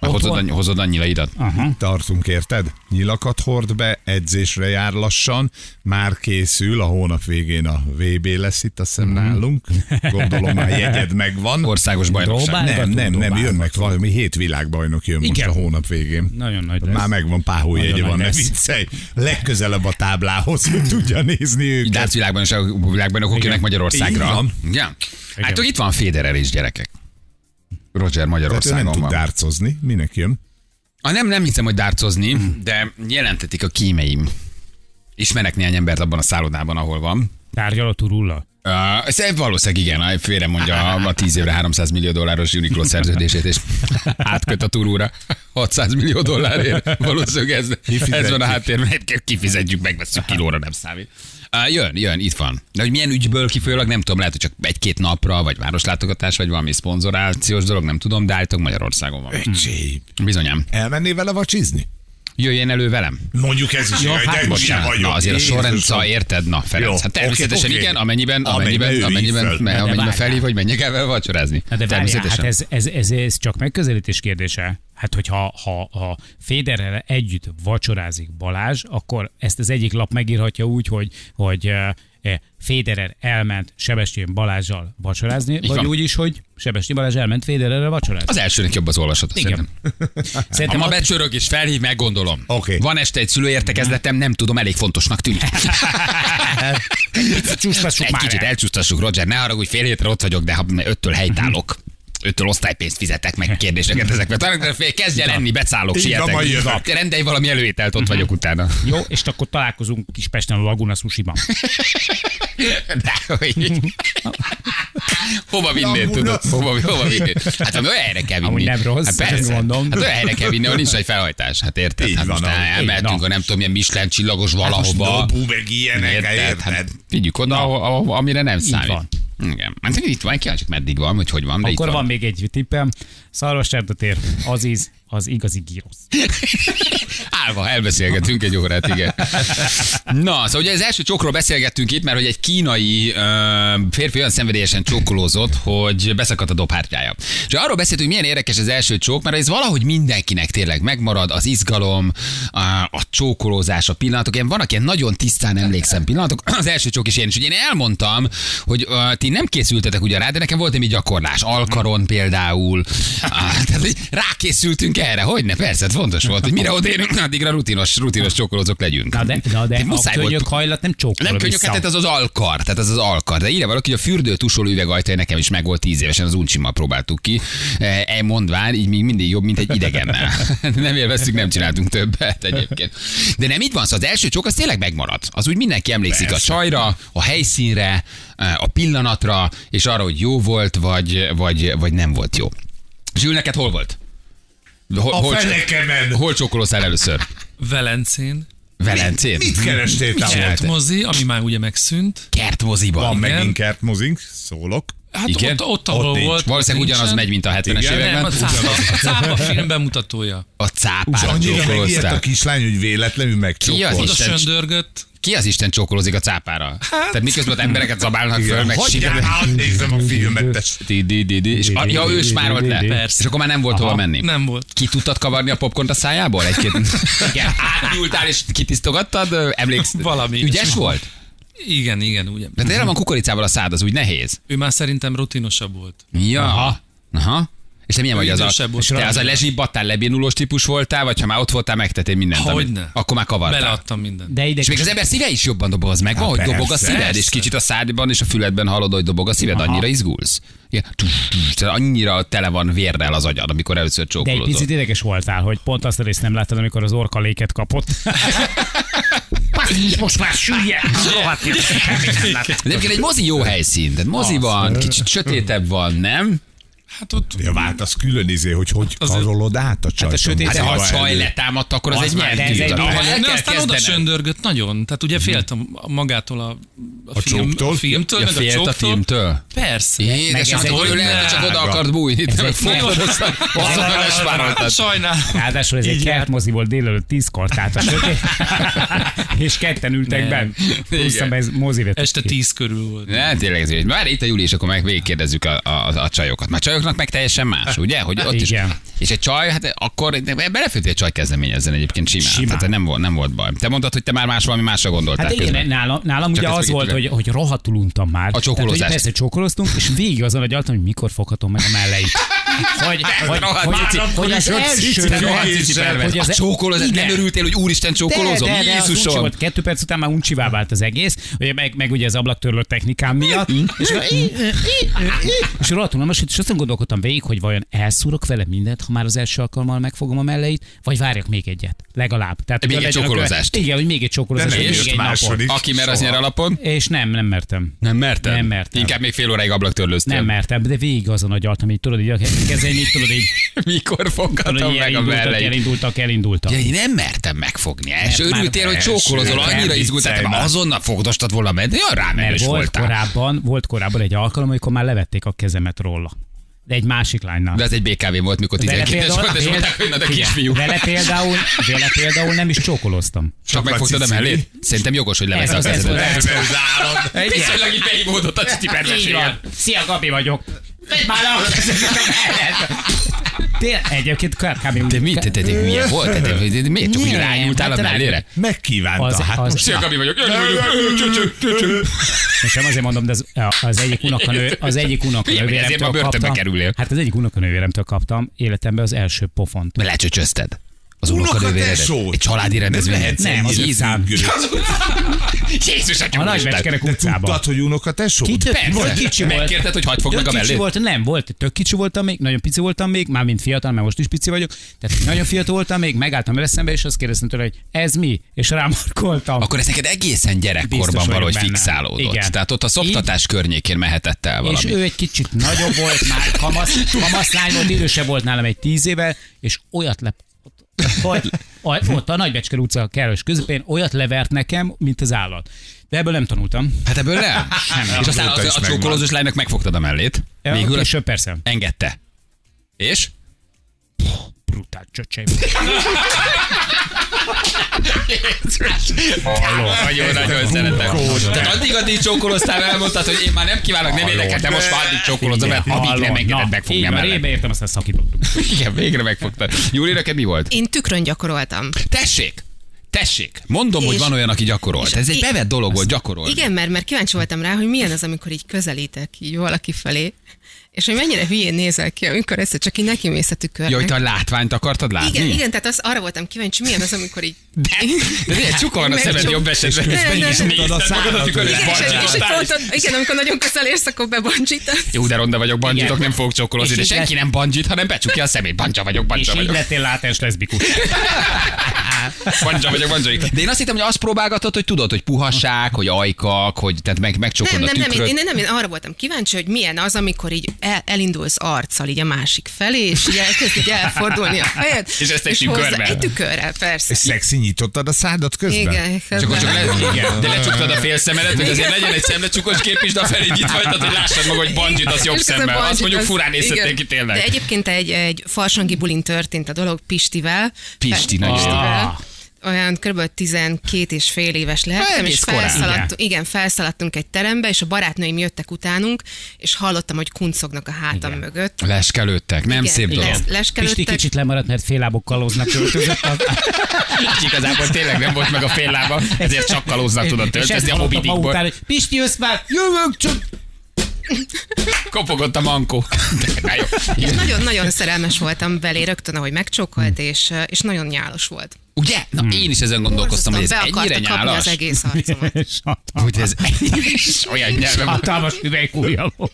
Speaker 2: hozod,
Speaker 3: van?
Speaker 2: annyi, hozod annyi laidat?
Speaker 1: Ah.
Speaker 3: Aha.
Speaker 1: Tartunk, érted? Nyilakat hord be, edzésre jár lassan, már készül, a hónap végén a VB lesz itt, azt
Speaker 3: Mhm.
Speaker 1: hiszem nálunk. Gondolom már jegyed megvan.
Speaker 2: Országos bajnokság.
Speaker 3: Próbál-
Speaker 1: nem, nem, nem, jönnek valami hét világbajnok jön most
Speaker 3: Igen.
Speaker 1: a hónap végén.
Speaker 3: Nagyon nagy lesz.
Speaker 1: Már megvan, páholjegye
Speaker 3: Nagyon
Speaker 1: van,
Speaker 3: nagy
Speaker 1: ne
Speaker 3: lesz.
Speaker 1: viccelj. Legközelebb a táblához, hogy tudja nézni
Speaker 2: Így
Speaker 1: őket.
Speaker 2: Darts hát világban és a világbajnokok jönnek
Speaker 1: Így
Speaker 2: Magyarországra.
Speaker 1: van.
Speaker 2: Igen. Hát hogy itt van Federer is, gyerekek. Roger
Speaker 1: Tehát ő nem
Speaker 2: Magyarországon
Speaker 1: tud
Speaker 2: van.
Speaker 1: dárcozni, minek jön.
Speaker 2: Ah, nem, nem hiszem, hogy dárcozni, de jelentetik a kímeim. Ismerek néhány embert abban a szállodában, ahol van.
Speaker 3: Tárgyal a turulla.
Speaker 2: Uh, ez valószínűleg igen, ah, félre mondja a, a 10 évre 300 millió dolláros Uniqlo szerződését, és átköt a túróra 600 millió dollárért. Valószínűleg ez, ez van a háttérben, Egy- kifizetjük, megveszünk kilóra, nem számít. Uh, jön, jön, itt van. De hogy milyen ügyből kifolyólag, nem tudom, lehet, hogy csak egy-két napra, vagy városlátogatás, vagy valami szponzorációs dolog, nem tudom, de állítok Magyarországon van.
Speaker 1: Öcsém.
Speaker 2: Bizonyám.
Speaker 1: Elmenné Hmm. vele vacsizni?
Speaker 2: Jöjjön elő velem.
Speaker 1: Mondjuk ez is, jaj, de sem
Speaker 2: hát Bocsánat,
Speaker 1: vagyok.
Speaker 2: na, azért a
Speaker 1: Jézusom.
Speaker 2: sorrendszal érted, na Ferenc.
Speaker 1: Jó,
Speaker 2: Hát természetesen
Speaker 1: oké, oké.
Speaker 2: igen, amennyiben, amennyiben,
Speaker 1: Amennyiben ő
Speaker 2: amennyiben,
Speaker 1: így föl.
Speaker 2: amennyiben, amennyiben
Speaker 3: várjál.
Speaker 2: felhív, hogy menjek el vele vacsorázni.
Speaker 3: Na de várjál,
Speaker 2: természetesen.
Speaker 3: hát ez, ez, ez, ez, csak megközelítés kérdése. Hát, hogyha ha, ha Féderrel együtt vacsorázik Balázs, akkor ezt az egyik lap megírhatja úgy, hogy, hogy eh, eh, Féderer elment Sebestyén Balázsjal vacsorázni, Így vagy
Speaker 2: van.
Speaker 3: úgy is, hogy Sebestyi Balázs elment Féderrel vacsorázni.
Speaker 2: Az elsőnek jobb az olvasat.
Speaker 3: Igen.
Speaker 2: Igen. Ha
Speaker 3: Szerintem
Speaker 2: ma
Speaker 3: ott-
Speaker 2: becsörög és felhív, meggondolom.
Speaker 1: Oké.
Speaker 2: Van este egy szülőértekezletem, nem tudom, elég fontosnak tűnik.
Speaker 3: Hát, csúsztassuk
Speaker 2: egy
Speaker 3: már
Speaker 2: kicsit
Speaker 3: el.
Speaker 2: elcsúsztassuk, Roger, ne haragudj, fél hétre ott vagyok, de ha öttől helytállok.
Speaker 3: Mhm.
Speaker 2: Öttől osztálypénzt fizetek meg kérdéseket ezekbe. Talán fél, kezdj el enni, beszállok,
Speaker 1: Így van,
Speaker 2: sietek.
Speaker 1: majd jövök.
Speaker 2: Rendelj valami előételt,
Speaker 3: Mhm.
Speaker 2: ott vagyok utána.
Speaker 3: Jó, és akkor találkozunk Kispesten a Laguna Sushi-ban.
Speaker 2: De, hogy... Hova vinnél, tudod? Hova, hova vinnél? Hát ami olyan helyre kell vinni.
Speaker 3: Amúgy nem rossz,
Speaker 2: hát persze.
Speaker 3: nem mondom.
Speaker 2: Hát olyan helyre kell vinni, ahol nincs nagy felhajtás. Hát érted?
Speaker 1: Így
Speaker 2: hát
Speaker 1: van,
Speaker 2: most
Speaker 1: ahogy-
Speaker 2: elmehetünk,
Speaker 3: na.
Speaker 2: a nem tudom, milyen Michelin csillagos
Speaker 1: Most
Speaker 2: valahova.
Speaker 1: Nobu meg ilyenek, érted?
Speaker 2: Hát vigyük oda, ahol- ahol- amire nem számít.
Speaker 3: van.
Speaker 2: Igen. Hát itt van, kíváncsi, meddig van, hogy hogy van, de
Speaker 3: Akkor
Speaker 2: itt
Speaker 3: van.
Speaker 2: van.
Speaker 3: még egy tippem. Szarvasserdatér, Aziz, az igazi gyrosz.
Speaker 2: Állva elbeszélgetünk egy órát, igen. Na, szóval ugye az első csokról beszélgettünk itt, mert hogy egy kínai ö, férfi olyan szenvedélyesen csókolózott, hogy beszakadt a dobhártyája. És arról beszéltünk, hogy milyen érdekes az első csók, mert ez valahogy mindenkinek tényleg megmarad, az izgalom, a, a csókolózás, a pillanatok. Én vannak ilyen nagyon tisztán emlékszem pillanatok, az első csók is ilyen is. Ugye én elmondtam, hogy ö, ti nem készültetek ugyan rá, de nekem volt némi gyakorlás. Alkaron például. Á, Tehát, hogy rákészültünk erre, hogy ne, persze, hát fontos volt, hogy mire odérünk, addigra rutinos, rutinos csókolózók legyünk.
Speaker 3: Na de, na de
Speaker 2: Tehát
Speaker 3: a
Speaker 2: muszáj volt-
Speaker 3: könyök hajlat nem csókol
Speaker 2: nem könnyű,
Speaker 3: vissza.
Speaker 2: hát ez az alkar, tehát ez az alkar. De írja valaki, hogy a fürdő tusoló üvegajtaja nekem is meg volt tíz évesen, az uncsimmal próbáltuk ki. E mondván, így még mindig jobb, mint egy idegennel. Nem élveztük, nem csináltunk többet egyébként. De nem így van, szóval az első csók az tényleg megmarad. Az úgy mindenki emlékszik a csajra, a helyszínre, e, a pillanatra, és arra, hogy jó volt, vagy, vagy, vagy nem volt jó. Zsül, neked hol volt? Hol,
Speaker 1: A fenekemen.
Speaker 2: hol csókolóztál először?
Speaker 4: Velencén,
Speaker 2: Velencén?
Speaker 1: Mit kerestél te?
Speaker 2: csinált?
Speaker 4: kertmozi, ami már ugye megszűnt.
Speaker 2: Kertmoziban.
Speaker 1: Van
Speaker 4: Igen.
Speaker 1: megint kertmozink, szólok.
Speaker 4: Hát
Speaker 2: Igen?
Speaker 4: ott, ott,
Speaker 1: Ott
Speaker 4: ahol
Speaker 1: nincs.
Speaker 4: volt.
Speaker 2: Valószínűleg
Speaker 4: nincsen.
Speaker 2: ugyanaz megy, mint a 70-es
Speaker 1: Igen.
Speaker 4: Nem,
Speaker 2: években.
Speaker 4: a cápa, a cápa film bemutatója.
Speaker 2: A
Speaker 1: És
Speaker 2: cápára
Speaker 1: annyira megijedt a
Speaker 2: csókolóztál.
Speaker 1: kislány, hogy véletlenül
Speaker 2: Ki
Speaker 1: megcsókolt.
Speaker 2: az
Speaker 4: Oda
Speaker 2: Isten-
Speaker 4: söndörgött.
Speaker 2: Ki az Isten csókolózik a cápára?
Speaker 4: Hát-
Speaker 2: Tehát miközben ott embereket zabálnak föl, meg
Speaker 1: Hagyjál,
Speaker 2: sívelnek.
Speaker 1: hát nézem a filmet, tess.
Speaker 2: Di, di, di, di. És a, ja, ő is már volt le.
Speaker 4: Persze.
Speaker 2: És akkor már nem volt hova menni.
Speaker 4: Nem volt.
Speaker 2: Ki tudtad kavarni a popcornt a szájából? Egy-két... Igen, átnyúltál és kitisztogattad? Ö, Emlékszel?
Speaker 4: Valami.
Speaker 2: Ügyes volt?
Speaker 4: Igen, igen, ugye.
Speaker 2: De tényleg van kukoricával a szád, az úgy nehéz.
Speaker 4: Ő már szerintem rutinosabb volt.
Speaker 2: Ja. Aha. Aha. És te milyen vagy az a,
Speaker 4: Idősebb volt.
Speaker 2: te az a lezsibbattál, lebénulós típus voltál, vagy ha már ott voltál, megtettél mindent, amit-
Speaker 4: Hogyne.
Speaker 2: akkor már kavartál.
Speaker 4: Beleadtam mindent.
Speaker 3: De ide
Speaker 2: És még az ember szíve is jobban doboz meg, van, hogy
Speaker 1: persze.
Speaker 2: dobog a szíved, és
Speaker 4: Persze.
Speaker 2: kicsit a szádban és a füledben hallod, hogy dobog a szíved, annyira izgulsz. Igen, tus, tus, tehát annyira tele van vérrel az agyad, amikor először
Speaker 3: De egy
Speaker 2: csókolod.
Speaker 3: picit ideges voltál, hogy pont azt a részt nem láttad, amikor az orka léket kapott. Passzis, most már süllyed! Rohadt élet, semmit nem láttad.
Speaker 2: De egyébként egy mozi jó helyszín, tehát mozi van, kicsit sötétebb van, nem?
Speaker 4: Hát ott
Speaker 1: Ja, váltasz külön izé, hogy hogy
Speaker 4: Az-
Speaker 1: karolod át a csajt.
Speaker 3: sötét-
Speaker 2: Hát ha a
Speaker 3: Szóval
Speaker 2: csaj letámadt, akkor az,
Speaker 3: Az
Speaker 2: egy
Speaker 3: már- de ez
Speaker 2: nyert
Speaker 3: egy
Speaker 2: Ha
Speaker 3: bűn.
Speaker 2: el
Speaker 4: Ne,
Speaker 2: kell
Speaker 4: aztán oda
Speaker 2: kezdened-
Speaker 4: söndörgött nagyon. Tehát ugye félt a, a magától a, a,
Speaker 1: A csóktól?
Speaker 4: a filmtől,
Speaker 2: Ja,
Speaker 4: meg a
Speaker 2: félt a
Speaker 4: csóktól.
Speaker 2: filmtől.
Speaker 4: Persze.
Speaker 2: Jédesem,
Speaker 3: ez
Speaker 2: hogy
Speaker 3: egy-
Speaker 2: ő lehet, hogy csak oda akart bújni, de meg foglalkoztak, azonnal
Speaker 4: Hát
Speaker 2: lesvároltad.
Speaker 4: sajnálom.
Speaker 3: Ráadásul ez egy kertmozi volt délelőtt tízkor, tehát a sötét. és ketten ültek
Speaker 4: Nem.
Speaker 3: benne.
Speaker 2: Igen.
Speaker 3: Pluszban ez mozi vettük
Speaker 4: Este
Speaker 3: ki.
Speaker 4: tíz körül volt.
Speaker 2: Ne, hát tényleg ez így. Már itt a Júli, és akkor meg végigkérdezzük a, a, a csajoknak. Már csajoknak meg teljesen más, ugye? Hogy ott is.
Speaker 3: Igen.
Speaker 2: És egy csaj, hát akkor belefőtt egy csaj kezdeményezzen egyébként simán.
Speaker 3: Simán.
Speaker 2: Tehát nem volt, nem volt baj. Te mondtad, hogy te már más valami másra gondoltál
Speaker 3: Hát igen,
Speaker 2: közben.
Speaker 3: nálam, nálam
Speaker 2: Csak
Speaker 3: ugye
Speaker 2: ezt
Speaker 3: az
Speaker 2: meg
Speaker 3: volt,
Speaker 2: itt-
Speaker 3: hogy, hogy rohadtul untam már. Tehát,
Speaker 2: csókolózást.
Speaker 3: hogy persze csókoloztunk, és végig azon agyaltam, hogy mikor foghatom meg a melleit. Hogy, hogy,
Speaker 2: Hát, rohadt
Speaker 3: hogy,
Speaker 2: már
Speaker 3: hogy,
Speaker 2: akkor
Speaker 3: hogy az
Speaker 2: is, hogy
Speaker 3: első
Speaker 2: cici
Speaker 3: rohadt
Speaker 2: pervers, cici
Speaker 3: cici
Speaker 2: pervers.
Speaker 3: hogy az- e-
Speaker 2: A csókolózás, nem
Speaker 3: Igen.
Speaker 2: örültél, hogy úristen csókolózom,
Speaker 3: de, de, de az uncsi
Speaker 2: Jézusom.
Speaker 3: volt. Kettő perc után már uncsivá vált az egész, ugye meg, meg ugye az ablaktörlő technikám miatt, és, akkor í- í- í- í- és rohadtul nem esett, és aztán gondolkodtam végig, hogy vajon elszúrok vele mindent, ha már az első alkalommal megfogom a melleit, vagy várjak még egyet, legalább. Tehát,
Speaker 2: Még
Speaker 3: hogy
Speaker 2: egy
Speaker 3: legyen a köve-
Speaker 2: csókolózást.
Speaker 3: Igen, hogy még egy csókolózást,
Speaker 1: De ne
Speaker 3: vagy
Speaker 1: jössz
Speaker 3: még egy napon.
Speaker 1: második.
Speaker 2: Aki mer az nyer alapon?
Speaker 3: És nem, nem mertem.
Speaker 2: Nem mertem.
Speaker 3: Nem mertem.
Speaker 2: Inkább még fél óráig ablaktörlőztél.
Speaker 3: Nem mertem, de végig azon agyaltam, így tudod, így a kezeim, így tudod, így
Speaker 2: Mikor
Speaker 3: tudod,
Speaker 2: foghatom
Speaker 3: így
Speaker 2: meg Hát a
Speaker 3: elindultak,
Speaker 2: melleit?
Speaker 3: elindultak, elindultak.
Speaker 2: Ja, én nem mertem megfogni. És
Speaker 3: Mert már
Speaker 2: örültél, hogy
Speaker 3: első
Speaker 2: csókolozol,
Speaker 1: nem
Speaker 2: annyira izgultál,
Speaker 1: viccelj
Speaker 2: te
Speaker 1: már.
Speaker 2: azonnal fogdostad volna meg, de olyan rámenős
Speaker 3: Mert volt
Speaker 2: voltál.
Speaker 3: korábban, volt korábban egy alkalom, amikor már levették a kezemet róla. De egy másik lánynál.
Speaker 2: De ez egy BKV volt, mikor 12-es volt, és mondták, hogy na de
Speaker 3: Figyelj,
Speaker 2: kisfiú.
Speaker 3: vele például, vele például nem is csókoloztam.
Speaker 2: Csak megfogtad a
Speaker 1: cici.
Speaker 2: mellét? Szerintem jogos, hogy levesz
Speaker 3: Ez
Speaker 2: a
Speaker 3: az, ez
Speaker 2: kezedet.
Speaker 3: volt.
Speaker 2: Ez állam.
Speaker 3: Igen.
Speaker 2: Viszonylag így beívódott a cici
Speaker 3: Így
Speaker 2: perverséget.
Speaker 3: van. Szia, Gabi vagyok. Vedd már le a kezemet a mellett. Tényleg, egyébként kb. kb-
Speaker 2: De mi? Te, te, te, milyen volt? Te, te, te, te, miért csak úgy
Speaker 3: Nem,
Speaker 2: rájultál a
Speaker 3: hát
Speaker 2: mellére?
Speaker 1: Megkívánta.
Speaker 3: Az-
Speaker 1: hát
Speaker 3: az-
Speaker 1: most
Speaker 2: Szia, Gabi vagyok. Jani vagyok.
Speaker 3: Most nem azért mondom, de az, az egyik unokanő, az egyik
Speaker 2: Figyelj, ezért ma
Speaker 3: unokanővéremtől
Speaker 2: börtönbe
Speaker 3: kaptam.
Speaker 2: kerülél.
Speaker 3: Hát az egyik unokanővéremtől kaptam életemben az első pofont.
Speaker 2: Lecsöcsözted. Az
Speaker 1: Unoka
Speaker 2: unokadővéredet.
Speaker 1: tesót.
Speaker 2: Egy családi rendezvényen.
Speaker 1: lehetsz ennyire
Speaker 3: az utcán.
Speaker 1: függő.
Speaker 2: Jézus,
Speaker 3: A
Speaker 2: atya úristen.
Speaker 3: nagybecskerek
Speaker 1: De
Speaker 3: utcában.
Speaker 1: tudtad, hogy unoka tesó?
Speaker 3: Kitől? Vagy kicsi
Speaker 2: Persze.
Speaker 3: volt.
Speaker 2: Megkérted, hogy hagyd fognak a
Speaker 3: Tök kicsi
Speaker 2: mellét?
Speaker 3: voltam, nem, volt, tök kicsi voltam még, nagyon pici voltam még, már mint fiatal, mert most is pici vagyok, tehát nagyon fiatal voltam még, megálltam vele szembe, és azt kérdeztem tőle, hogy ez mi? És rámarkoltam.
Speaker 2: Akkor ez neked egészen
Speaker 3: Biztos
Speaker 2: gyerekkorban
Speaker 3: vagyok
Speaker 2: valahogy
Speaker 3: benne.
Speaker 2: fixálódott.
Speaker 3: Igen.
Speaker 2: Tehát ott a szoptatás környékén mehetett el valami.
Speaker 3: és ő egy kicsit nagyobb volt már, kamasz, kamasz lány volt, idősebb volt nálam egy tíz évvel, és olyat lep, hogy a- ott a Nagybecsker utca kerős közepén olyat levert nekem, mint az állat. De ebből nem tanultam.
Speaker 2: Hát ebből nem.
Speaker 3: Semmi.
Speaker 2: és aztán
Speaker 1: Azóta
Speaker 2: az,
Speaker 1: is
Speaker 2: a
Speaker 1: megvan.
Speaker 2: csókolózós lánynak megfogtad a mellét.
Speaker 3: Ja,
Speaker 2: Végül
Speaker 3: Végül
Speaker 2: a-
Speaker 3: később persze.
Speaker 2: engedte. És?
Speaker 3: Brutál csöcsej volt.
Speaker 2: Nagyon, nagyon szeretem. Tehát addig, addig csókoloztál, elmondtad, hogy én már nem kívánok, nem érdekel, de most már addig csókolozom, mert amíg nem
Speaker 3: Hallom,
Speaker 2: engedett
Speaker 3: na,
Speaker 2: megfogni
Speaker 3: így
Speaker 2: a
Speaker 3: van,
Speaker 2: mellett.
Speaker 3: rébe értem, aztán szakítottuk.
Speaker 2: Igen, végre megfogtad. Júli, neked mi volt?
Speaker 5: Én tükrön gyakoroltam.
Speaker 2: Tessék! Tessék! Mondom, hogy
Speaker 5: És-
Speaker 2: van olyan, aki gyakorolt. Ez egy
Speaker 5: és-
Speaker 2: bevett dolog volt, gyakorolt.
Speaker 5: Igen, mert, mert kíváncsi voltam rá, hogy milyen az, amikor így közelítek így valaki felé, és hogy mennyire hülyén nézel ki, amikor ezt csak így neki mész a tükörnek.
Speaker 2: Jaj, te a látványt akartad látni?
Speaker 5: igen, igen, tehát az, arra voltam kíváncsi, milyen az, amikor így...
Speaker 2: De, de milyen csuka van a
Speaker 5: Meg
Speaker 2: szemed
Speaker 5: csak-
Speaker 2: jobb esetben,
Speaker 5: és közben
Speaker 2: Nézd,
Speaker 5: is
Speaker 1: mutatod a
Speaker 2: nézd,
Speaker 1: szádat,
Speaker 2: magad a tükörbe,
Speaker 1: ugye?
Speaker 5: Igen, és, és,
Speaker 2: bancsiztál.
Speaker 5: és voltad, igen, amikor nagyon közel érsz, akkor bebancsítasz.
Speaker 2: Jó, de ronda vagyok, bandzsitok,
Speaker 3: Igen.
Speaker 2: nem fogok csokolozni,
Speaker 3: És
Speaker 2: de
Speaker 3: így
Speaker 2: senki
Speaker 3: lesz-
Speaker 2: nem bandzsit, hanem becsukja a szemét. Bancsa vagyok,
Speaker 3: És
Speaker 2: bancsa
Speaker 3: így
Speaker 2: vagyok.
Speaker 3: lettél látens leszbikus.
Speaker 2: Bancsa vagyok, bancsa vagyok. De én azt hittem, hogy azt próbálgatod, hogy tudod, hogy puhaság, hogy ajkak, hogy tehát meg, megcsokod
Speaker 5: Nem,
Speaker 2: a
Speaker 5: nem, nem, én,
Speaker 2: tükröt.
Speaker 5: én, nem, én arra voltam kíváncsi, hogy milyen az, amikor így el, elindulsz arccal így a másik felé, és így elkezd így elfordulni a fejed.
Speaker 2: És ezt egy
Speaker 5: hozzá-
Speaker 2: tükörbe.
Speaker 5: Egy tükörrel, persze.
Speaker 1: És szexi nyitottad a szádat közben?
Speaker 5: Igen,
Speaker 2: És akkor csak
Speaker 5: közben.
Speaker 2: le, igen. de lecsuktad a fél szemedet, hogy azért legyen egy szemlecsukos kép is, de a felé nyitva vagy, tehát hogy lássad maga, hogy bandzsit az jobb
Speaker 5: És ez a
Speaker 2: szemmel. Azt
Speaker 5: bungee,
Speaker 2: mondjuk
Speaker 5: az-
Speaker 2: furán nézhetnél
Speaker 5: igen.
Speaker 2: ki tényleg.
Speaker 5: De egyébként egy, egy farsangi bulin történt a dolog Pistivel.
Speaker 2: Pisti, Ah. na Isten.
Speaker 5: Pistivel. Olyan kb. 12 és fél éves lehettem,
Speaker 2: Hát, Egész
Speaker 5: és
Speaker 2: korán.
Speaker 5: felszaladtunk, igen, felszaladtunk egy terembe, és a barátnőim jöttek utánunk, és hallottam, hogy kuncognak a hátam igen. mögött.
Speaker 2: Leskelődtek, nem
Speaker 5: Igen,
Speaker 2: szép
Speaker 5: igen.
Speaker 2: dolog.
Speaker 3: Pisti
Speaker 5: Leskelődtek,
Speaker 3: kicsit lemaradt, mert félábok kalóznak öltözött. az-
Speaker 2: És igazából tényleg nem volt meg a fél lába, ezért csak kalóznak tudott
Speaker 3: És
Speaker 2: öltözni
Speaker 3: ezt
Speaker 2: a
Speaker 3: hallottam ma után,
Speaker 2: hobidikból.
Speaker 3: hogy Pisti, jössz már, jövök csak.
Speaker 2: Kopogott a mankó. De, na jó.
Speaker 5: és nagyon-nagyon szerelmes voltam belé rögtön, ahogy
Speaker 2: Hm.
Speaker 5: megcsókolt, és, és nagyon nyálos volt.
Speaker 2: Ugye? Na,
Speaker 3: Hmm.
Speaker 2: én is ezen gondolkoztam, hogy ez
Speaker 5: Borzasztóan be
Speaker 2: ennyire
Speaker 5: akarta kapni
Speaker 2: nyálas.
Speaker 5: az egész arcomat.
Speaker 3: És hatalmas-
Speaker 2: Hogy ez ennyire is olyan nyelven
Speaker 3: Hatalmas üvegkúja volt.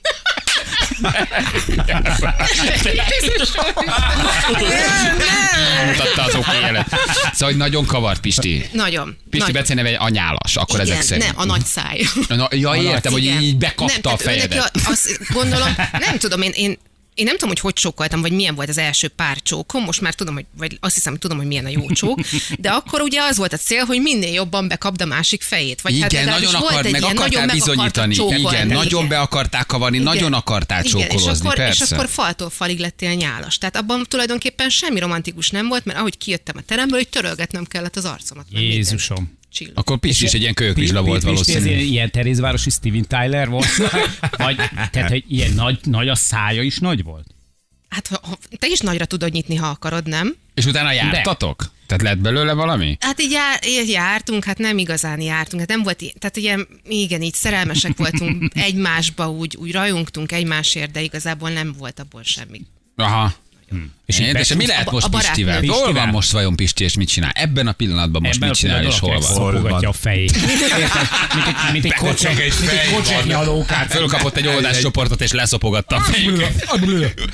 Speaker 2: mutatta az oké jelet. Szóval, hogy nagyon kavart Pisti.
Speaker 5: Nagyon.
Speaker 2: Pisti
Speaker 5: nagyon.
Speaker 2: Bece neve a nyálas, akkor
Speaker 5: Igen,
Speaker 2: ezek szerint.
Speaker 5: nem, a nagy száj.
Speaker 2: Na, ja, értem, hogy
Speaker 5: Igen.
Speaker 2: így bekapta
Speaker 5: nem,
Speaker 2: a
Speaker 5: tehát ő neki
Speaker 2: fejedet.
Speaker 5: a- Azt gondolom, nem tudom, én, én én nem tudom, hogy hogy csókoltam, vagy milyen volt az első pár csókom, most már tudom, hogy, vagy azt hiszem, hogy tudom, hogy milyen a jó csók, de akkor ugye az volt a cél, hogy minél jobban bekapd a másik fejét. Vagy hát
Speaker 2: Igen,
Speaker 5: legalábbis
Speaker 2: nagyon
Speaker 5: volt
Speaker 2: akart,
Speaker 5: egy
Speaker 2: meg
Speaker 5: ilyen,
Speaker 2: akartál
Speaker 5: nagyon meg akartad
Speaker 2: bizonyítani.
Speaker 5: csókolni.
Speaker 2: Igen, nagyon be akarták kavarni,
Speaker 5: Igen.
Speaker 2: nagyon akartál
Speaker 5: Igen, és
Speaker 2: csókolózni,
Speaker 5: akkor,
Speaker 2: persze.
Speaker 5: És akkor faltól falig lettél nyálas. Tehát abban tulajdonképpen semmi romantikus nem volt, mert ahogy kijöttem a teremből, hogy törölgetnem kellett az arcomat. mert minden
Speaker 3: Jézusom.
Speaker 5: csillag.
Speaker 2: Akkor Pisti is egy ilyen kölyökvizsla
Speaker 3: Pi-
Speaker 2: volt
Speaker 3: Pi- Pisti
Speaker 2: valószínűleg.
Speaker 3: ez ilyen- Ilyen Terézvárosi Steven Tyler volt? Vagy, tehát, hogy ilyen nagy, nagy a szája is nagy volt?
Speaker 5: Hát ha, ha, te is nagyra tudod nyitni, ha akarod, nem?
Speaker 2: És utána jártatok? Tehát lett belőle valami?
Speaker 5: Hát így jár, így jártunk, hát nem igazán jártunk, hát nem volt, i- tehát ilyen, igen, így szerelmesek voltunk egymásba, úgy, úgy rajongtunk egymásért, de igazából nem volt abból semmi.
Speaker 2: Aha. És,
Speaker 3: És így
Speaker 2: és
Speaker 3: besúsz-
Speaker 2: mi lehet
Speaker 5: a-
Speaker 2: most
Speaker 5: a barátnőm.
Speaker 2: Pistivel? Hol van
Speaker 3: Pistivel?
Speaker 2: most vajon Pisti, és mit csinál? Ebben a pillanatban most
Speaker 3: Ebben
Speaker 2: mit
Speaker 3: a
Speaker 2: csinál, és
Speaker 3: pillanatban
Speaker 2: hol van?
Speaker 3: a
Speaker 1: Hol van?
Speaker 3: szopogatja a fejét. Érted? Mint egy, mint egy
Speaker 1: Betecsek
Speaker 3: kocsek,
Speaker 1: egy
Speaker 3: mint egy
Speaker 1: fej
Speaker 3: kocsek
Speaker 1: van.
Speaker 2: Hát
Speaker 3: nyalókát.
Speaker 2: Fölkapott egy oldáscsoportot, és leszopogatta. a fejüket.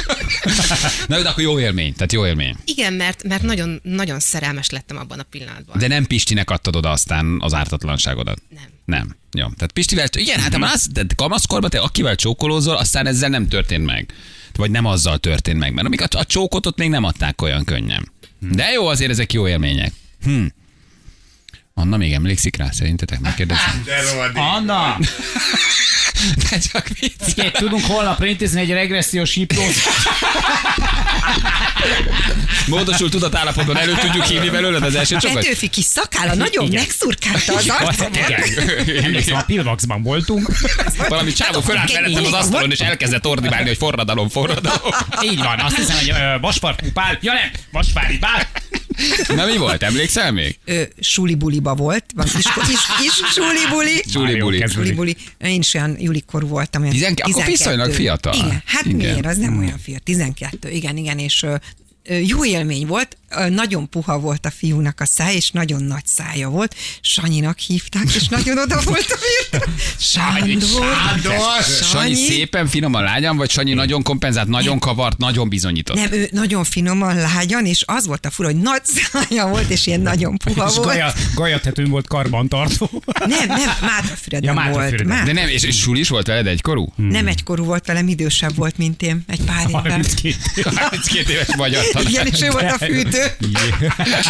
Speaker 2: Na, de akkor jó élmény, tehát jó élmény.
Speaker 5: Igen, mert, mert nagyon, nagyon szerelmes lettem abban a pillanatban.
Speaker 2: De nem Pistinek adtad oda aztán az ártatlanságodat.
Speaker 5: Nem.
Speaker 2: Nem. Jó. Tehát Pistivel, igen, hát már az, de kamaszkorban te akivel csókolózol, aztán ezzel nem történt meg. Vagy nem azzal történt meg, mert amíg a, a csókot ott még nem adták olyan könnyen. De jó, azért ezek jó élmények. Hm. Anna még emlékszik rá, szerintetek? Megkérdezem.
Speaker 3: Anna,
Speaker 2: De csak vicc.
Speaker 3: figyelj, tudunk holnapra intézni egy regressziós hipnót.
Speaker 2: Módosult tudatállapotban elő tudjuk hívni belőled az első csokat?
Speaker 5: Petőfi kis szakála nagyon
Speaker 3: Igen.
Speaker 5: megszurkálta az arcomat.
Speaker 2: hát-
Speaker 3: Igen. Emlékszem, a Pilvaxban voltunk.
Speaker 2: Valami csávó fölállt mellettem az asztalon, és elkezdett ordibálni, hogy forradalom, forradalom.
Speaker 3: Így van, azt hiszem, hogy ö, Vasparkú Pál, ja nem, Vasvári Pál.
Speaker 2: Na mi volt, emlékszel még?
Speaker 7: Ö, suli-buliba volt, van kis, kis, kis suli-buli.
Speaker 2: Zsuli
Speaker 3: Már jó
Speaker 2: buli.
Speaker 3: kezdődik.
Speaker 7: Suli-buli. Én is olyan julikorú voltam. Olyan
Speaker 2: Tizenke- akkor viszonylag fiatal.
Speaker 7: Igen, hát
Speaker 2: Igen.
Speaker 7: igen. miért, az nem olyan fiatal, 12, igen, igen, és ö, ö, jó élmény volt, Ö, nagyon puha volt a fiúnak a száj, és nagyon nagy szája volt. Sanyinak hívták, és nagyon oda voltam érte. Sándor.
Speaker 1: Sándor!
Speaker 2: Sanyi szépen, finoman lágyan, vagy Sanyi nagyon kompenzált, nagyon kavart, nagyon bizonyított.
Speaker 7: Nem, ő nagyon finoman, lágyan, és az volt a fura, hogy nagy szája volt, és ilyen nagyon puha
Speaker 3: És
Speaker 7: volt.
Speaker 3: Gaja, Gaja tetőn volt karbantartó.
Speaker 7: Nem, nem, Mátrafüreden
Speaker 3: Ja, Mátrafüreden.
Speaker 7: ja, volt. Mátrafüreden.
Speaker 2: De nem, és, és Suli is volt veled egykorú?
Speaker 7: Nem egykorú volt velem, idősebb volt, mint én, egy pár évvel.
Speaker 3: 32.
Speaker 2: 32 éves magyar
Speaker 7: Igen,
Speaker 2: tanár.
Speaker 7: és ő volt a fűtő.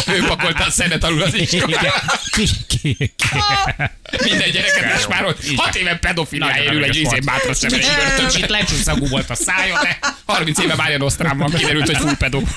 Speaker 2: Ő pakolta a szenet alul az
Speaker 3: Igen.
Speaker 2: iskolában.
Speaker 3: Ki, ki, ki.
Speaker 2: Minden gyereket most már ott 6 éve pedofiliáért ül egy
Speaker 3: izé
Speaker 2: izén bátra szemes
Speaker 3: Kicsit lecsúszagú volt a szája, de
Speaker 2: 30 éve Mária Osztrámban kiderült, hogy full pedó.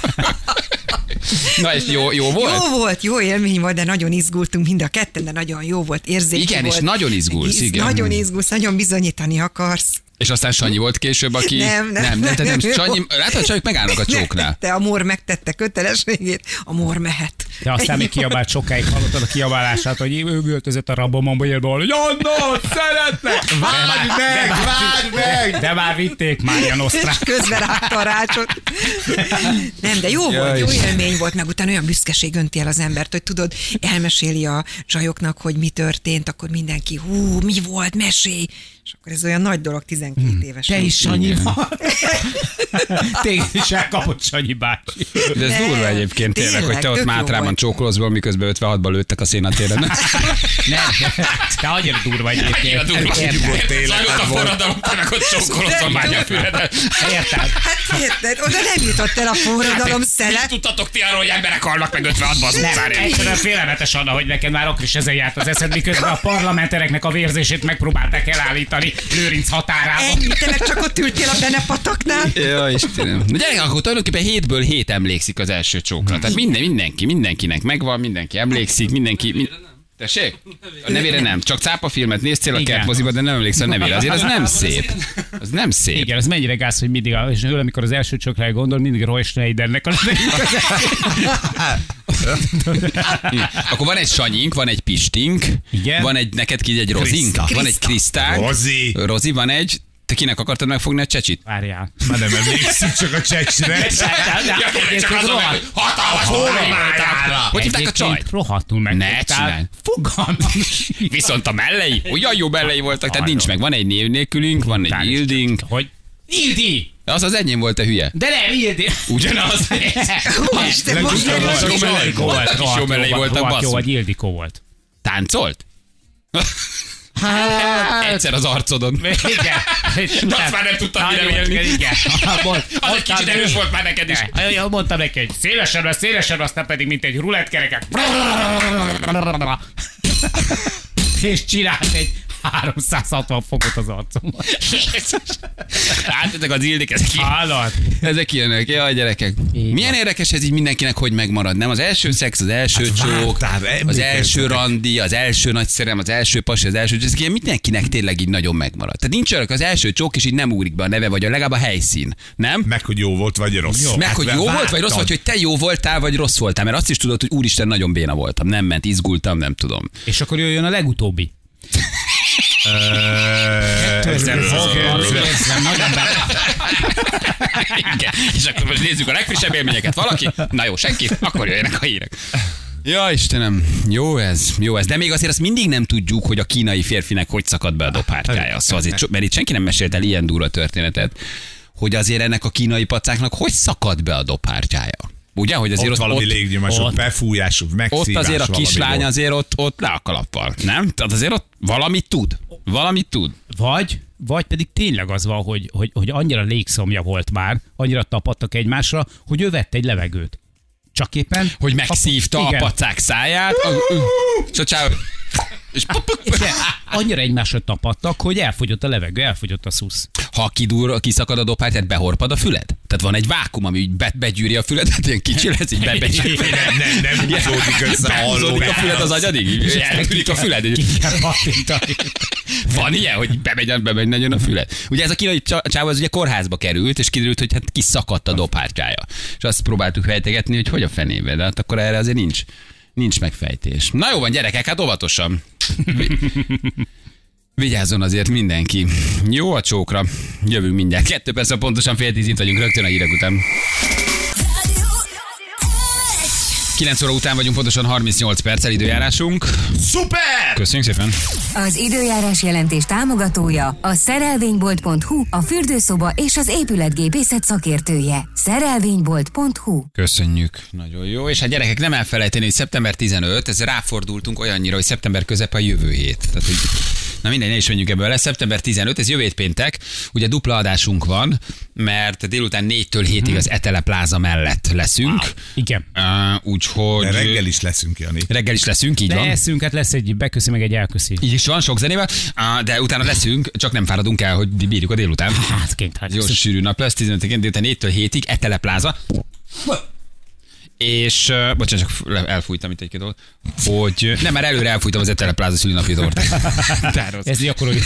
Speaker 2: Na és jó, jó volt?
Speaker 7: Jó volt, jó élmény volt, de nagyon izgultunk mind a ketten, de nagyon jó volt, érzéki
Speaker 2: Igen, és
Speaker 7: volt.
Speaker 2: nagyon izgulsz,
Speaker 7: Íz-
Speaker 2: igen.
Speaker 7: Nagyon izgulsz, nagyon bizonyítani akarsz.
Speaker 2: És aztán Sanyi volt később, aki...
Speaker 7: Nem, nem,
Speaker 2: nem, nem, nem,
Speaker 7: nem.
Speaker 2: nem. Sanyi, látod, hogy Csajok megállnak a csóknál.
Speaker 7: Te a mor megtette kötelességét, a mor mehet.
Speaker 3: De aztán még kiabált sokáig, hallottad a kiabálását, hogy ő üvöltözött a rabomomba, hogy hogy Anna, szeretlek! Várj meg, várj meg! De már vitték már ilyen
Speaker 7: És
Speaker 3: osztrák.
Speaker 7: közben rágta a rácsot. Nem, de jó volt, jó élmény volt, meg utána olyan büszkeség önti el az embert, hogy tudod, elmeséli a csajoknak, hogy mi történt, akkor mindenki, hú, mi volt, mesélj. És akkor ez olyan nagy dolog 12
Speaker 3: Hmm.
Speaker 7: éves.
Speaker 3: Te
Speaker 7: volt.
Speaker 3: is Sanyi vagy. Téged is elkapott Sanyi bácsi.
Speaker 2: De ez
Speaker 7: Nem,
Speaker 2: durva egyébként tényleg,
Speaker 7: tényleg,
Speaker 2: hogy te ott
Speaker 7: tök jó
Speaker 2: Mátrában
Speaker 7: volt.
Speaker 2: csókolózol, miközben 56-ban lőttek a szénatéren.
Speaker 3: Nem, te annyira durva
Speaker 2: Annyira
Speaker 3: egyébként.
Speaker 2: durva.
Speaker 1: Nyugodt
Speaker 2: Zajlott a
Speaker 1: életed volt.
Speaker 2: forradalom, te meg ott csókolózol Mátyafüreden.
Speaker 3: Érted?
Speaker 7: Hát érted, oda nem jutott el a forradalom
Speaker 2: Mit
Speaker 7: szele.
Speaker 2: tudtatok ti arról, hogy emberek halnak meg 56-ban az utcán?
Speaker 3: Nem, egyszerűen félelmetes Anna, hogy neked már akkor is ezen járt az eszed, miközben a parlamentereknek a vérzését megpróbálták elállítani Lőrinc határában.
Speaker 7: Ennyi, te meg csak ott ültél a Benepataknál.
Speaker 2: Ja, Istenem. Na gyerek, akkor tulajdonképpen hétből hét emlékszik az első csókra. Tehát minden, mindenki, mindenkinek megvan, mindenki emlékszik, mindenki... Min... Tessék? A nevére nem. Csak cápa filmet néztél a
Speaker 3: Igen.
Speaker 2: kertmoziba, de nem emlékszel a nevére. Azért az nem szép. Az nem szép.
Speaker 3: Igen, ez mennyire gáz, hogy mindig, a- és ő, amikor az első csokra gondol, mindig Roy Schneidernek a
Speaker 2: Igen. Akkor van egy Sanyink, van egy Pistink,
Speaker 3: Igen.
Speaker 2: van egy neked ki egy Rozink,
Speaker 1: Kriszta.
Speaker 2: van egy Krisztánk,
Speaker 1: Rozi.
Speaker 2: Rozi van egy, te kinek akartad megfogni a csecsit?
Speaker 3: Várjál.
Speaker 1: Már nem emlékszik csak a csecsre.
Speaker 2: Ja, tényleg csak azon,
Speaker 3: rohadt-
Speaker 2: hogy hatalmas fóra voltál. Hogy hívták a
Speaker 3: Egyébként
Speaker 2: csajt?
Speaker 3: Rohadtul meg.
Speaker 2: Ne csinálj.
Speaker 3: Fogalmam is.
Speaker 2: Viszont a mellei, olyan jó mellei voltak, tehát nincs meg. Van egy név nélkülünk, van egy
Speaker 3: Brutális.
Speaker 2: Ilding.
Speaker 3: Hogy? Ildi!
Speaker 2: Az az enyém volt, te hülye.
Speaker 3: De nem, Ildi!
Speaker 2: Ugyanaz.
Speaker 7: Úristen, most
Speaker 1: Legutolsó volt.
Speaker 2: Jó
Speaker 7: nem
Speaker 2: mellei
Speaker 3: Ildi volt,
Speaker 2: voltak, jó
Speaker 3: rohadt
Speaker 2: mellei
Speaker 3: jó,
Speaker 2: voltak,
Speaker 3: rohadt jó,
Speaker 2: basszus.
Speaker 3: vagy Ildikó volt.
Speaker 2: Táncolt? Egyszer az arcodon.
Speaker 3: Hát- Igen. És
Speaker 2: De azt már nem tudtam
Speaker 3: Nagyon
Speaker 2: mire
Speaker 3: igen,
Speaker 2: menni.
Speaker 3: Igen. Mond-
Speaker 2: Az egy
Speaker 3: mondtam
Speaker 2: kicsit
Speaker 3: neki-
Speaker 2: erős volt már neked is.
Speaker 3: Ja, ja, Mondtam neki, hogy szélesebbre, szélesebbre, aztán pedig mint egy rulettkerekek. És csinált egy 360 fokot az arcomban.
Speaker 2: Hát ezek az illik, ez ki.
Speaker 3: Állat.
Speaker 2: Ezek ilyenek, jaj gyerekek.
Speaker 3: Így
Speaker 2: Milyen érdekes ez így mindenkinek, hogy megmarad, nem? Az első szex, az első
Speaker 1: Hát
Speaker 2: csók,
Speaker 1: vártál,
Speaker 2: az
Speaker 1: emlékezzetek.
Speaker 2: első randi, az első nagy szerem, az első pasi, az első ez ilyen mindenkinek tényleg így nagyon megmarad. Tehát nincs olyan, az első csók, és így nem ugrik be a neve, vagy a legalább a helyszín, nem?
Speaker 1: Meg, hogy jó volt, vagy rossz.
Speaker 2: Meg,
Speaker 1: Hát,
Speaker 2: hogy
Speaker 1: mert
Speaker 2: jó volt, vagy
Speaker 1: vártad.
Speaker 2: rossz, vagy hogy te jó voltál, vagy rossz voltál, mert azt is tudod, hogy úristen, nagyon béna voltam, nem ment, izgultam, nem tudom.
Speaker 3: És akkor jöjjön a legutóbbi.
Speaker 1: Ö, ezer-
Speaker 3: Nagyon
Speaker 2: Igen. És akkor most nézzük a legfrissebb élményeket. Valaki? Na jó, senki? Akkor jöjjenek a hírek. Ja, Istenem, jó ez, jó ez. De még azért azt mindig nem tudjuk, hogy a kínai férfinek hogy szakad be a dobhártyája. Szóval azért, so- mert itt senki nem mesélt el ilyen durva történetet, hogy azért ennek a kínai pacáknak hogy szakad be a dobhártyája. Ugye, hogy azért
Speaker 1: Ott
Speaker 2: ott,
Speaker 1: valami
Speaker 2: ott,
Speaker 1: légnyomások,
Speaker 3: ott-
Speaker 1: befújások,
Speaker 2: ott
Speaker 1: megszívás.
Speaker 2: azért a
Speaker 1: valami
Speaker 2: kislány
Speaker 1: volt.
Speaker 2: azért ott, ott le a kalappal, nem? Tehát azért ott valamit tud, valamit tud.
Speaker 3: Vagy, vagy pedig tényleg az van, hogy, hogy, hogy annyira légszomja volt már, annyira tapadtak egymásra, hogy ő vett egy levegőt. Csak éppen...
Speaker 2: hogy megszívta a,
Speaker 3: igen.
Speaker 2: pacák száját. A, Csacsá, és pop, pop, pop.
Speaker 3: De annyira egymásra tapadtak, hogy elfogyott a levegő, elfogyott a szusz.
Speaker 2: ha kidúr, kiszakad a dopártyát, behorpad a füled? Tehát van egy vákum, ami így be, begyűri a füledet, ilyen kicsi lesz, így be, begyűri.
Speaker 1: Nem, nem, nem húzódik össze a halló.
Speaker 2: Behúzódik a füled az agyadig, így eltűnik a füled. Hát, így-
Speaker 3: Ki kell pattintani.
Speaker 2: Van ilyen, hogy bemegy, bemegy nagyon a füled. Ugye ez a kínai csa- csávó, az ugye kórházba került, és kiderült, hogy hát kiszakadt a dobhártyája. És azt próbáltuk fejtegetni, hogy hogy a fenébe, de hát akkor erre azért nincs, nincs megfejtés. Na jó van, gyerekek, hát óvatosan. Vi- Vigyázzon azért mindenki. Jó a csókra. Jövünk mindjárt. Kettő perc, pontosan fél tíz itt vagyunk rögtön a hírek után. 9 óra után vagyunk, pontosan 38 perccel időjárásunk.
Speaker 1: Szuper!
Speaker 2: Köszönjük szépen!
Speaker 8: Az időjárás jelentés támogatója a szerelvénybolt.hu, a fürdőszoba és az épületgépészet szakértője. Szerelvénybolt.hu
Speaker 2: Köszönjük. Nagyon jó. És hát gyerekek, nem elfelejteni, hogy szeptember 15, ez ráfordultunk olyannyira, hogy szeptember közepe a jövő hét. Tehát, hogy Na mindegy, ne is menjünk ebből le. Szeptember 15, ez jövő hét péntek, ugye dupla adásunk van, mert délután 4-től 7-ig az Etele Plaza mellett leszünk.
Speaker 3: Igen.
Speaker 2: Wow. Uh, úgyhogy...
Speaker 1: De reggel is leszünk, Jani.
Speaker 2: reggel is leszünk, így van.
Speaker 3: Leszünk, hát lesz egy beköszi, meg egy elköszi.
Speaker 2: Így is van, sok zenével, Á, de utána leszünk, csak nem fáradunk el, hogy bírjuk a délután.
Speaker 3: Hát ként, hát
Speaker 2: Jó
Speaker 3: szuper.
Speaker 2: sűrű nap lesz, 15-én délután 4-től 7-ig, Etele Plaza. És, uh, bocsánat, csak le- elfújtam itt egy-két dolgot, hogy ö, nem, már előre elfújtam az E Etele Plaza szülinapi tortát. Tehát az-
Speaker 3: Ez gyakorolja.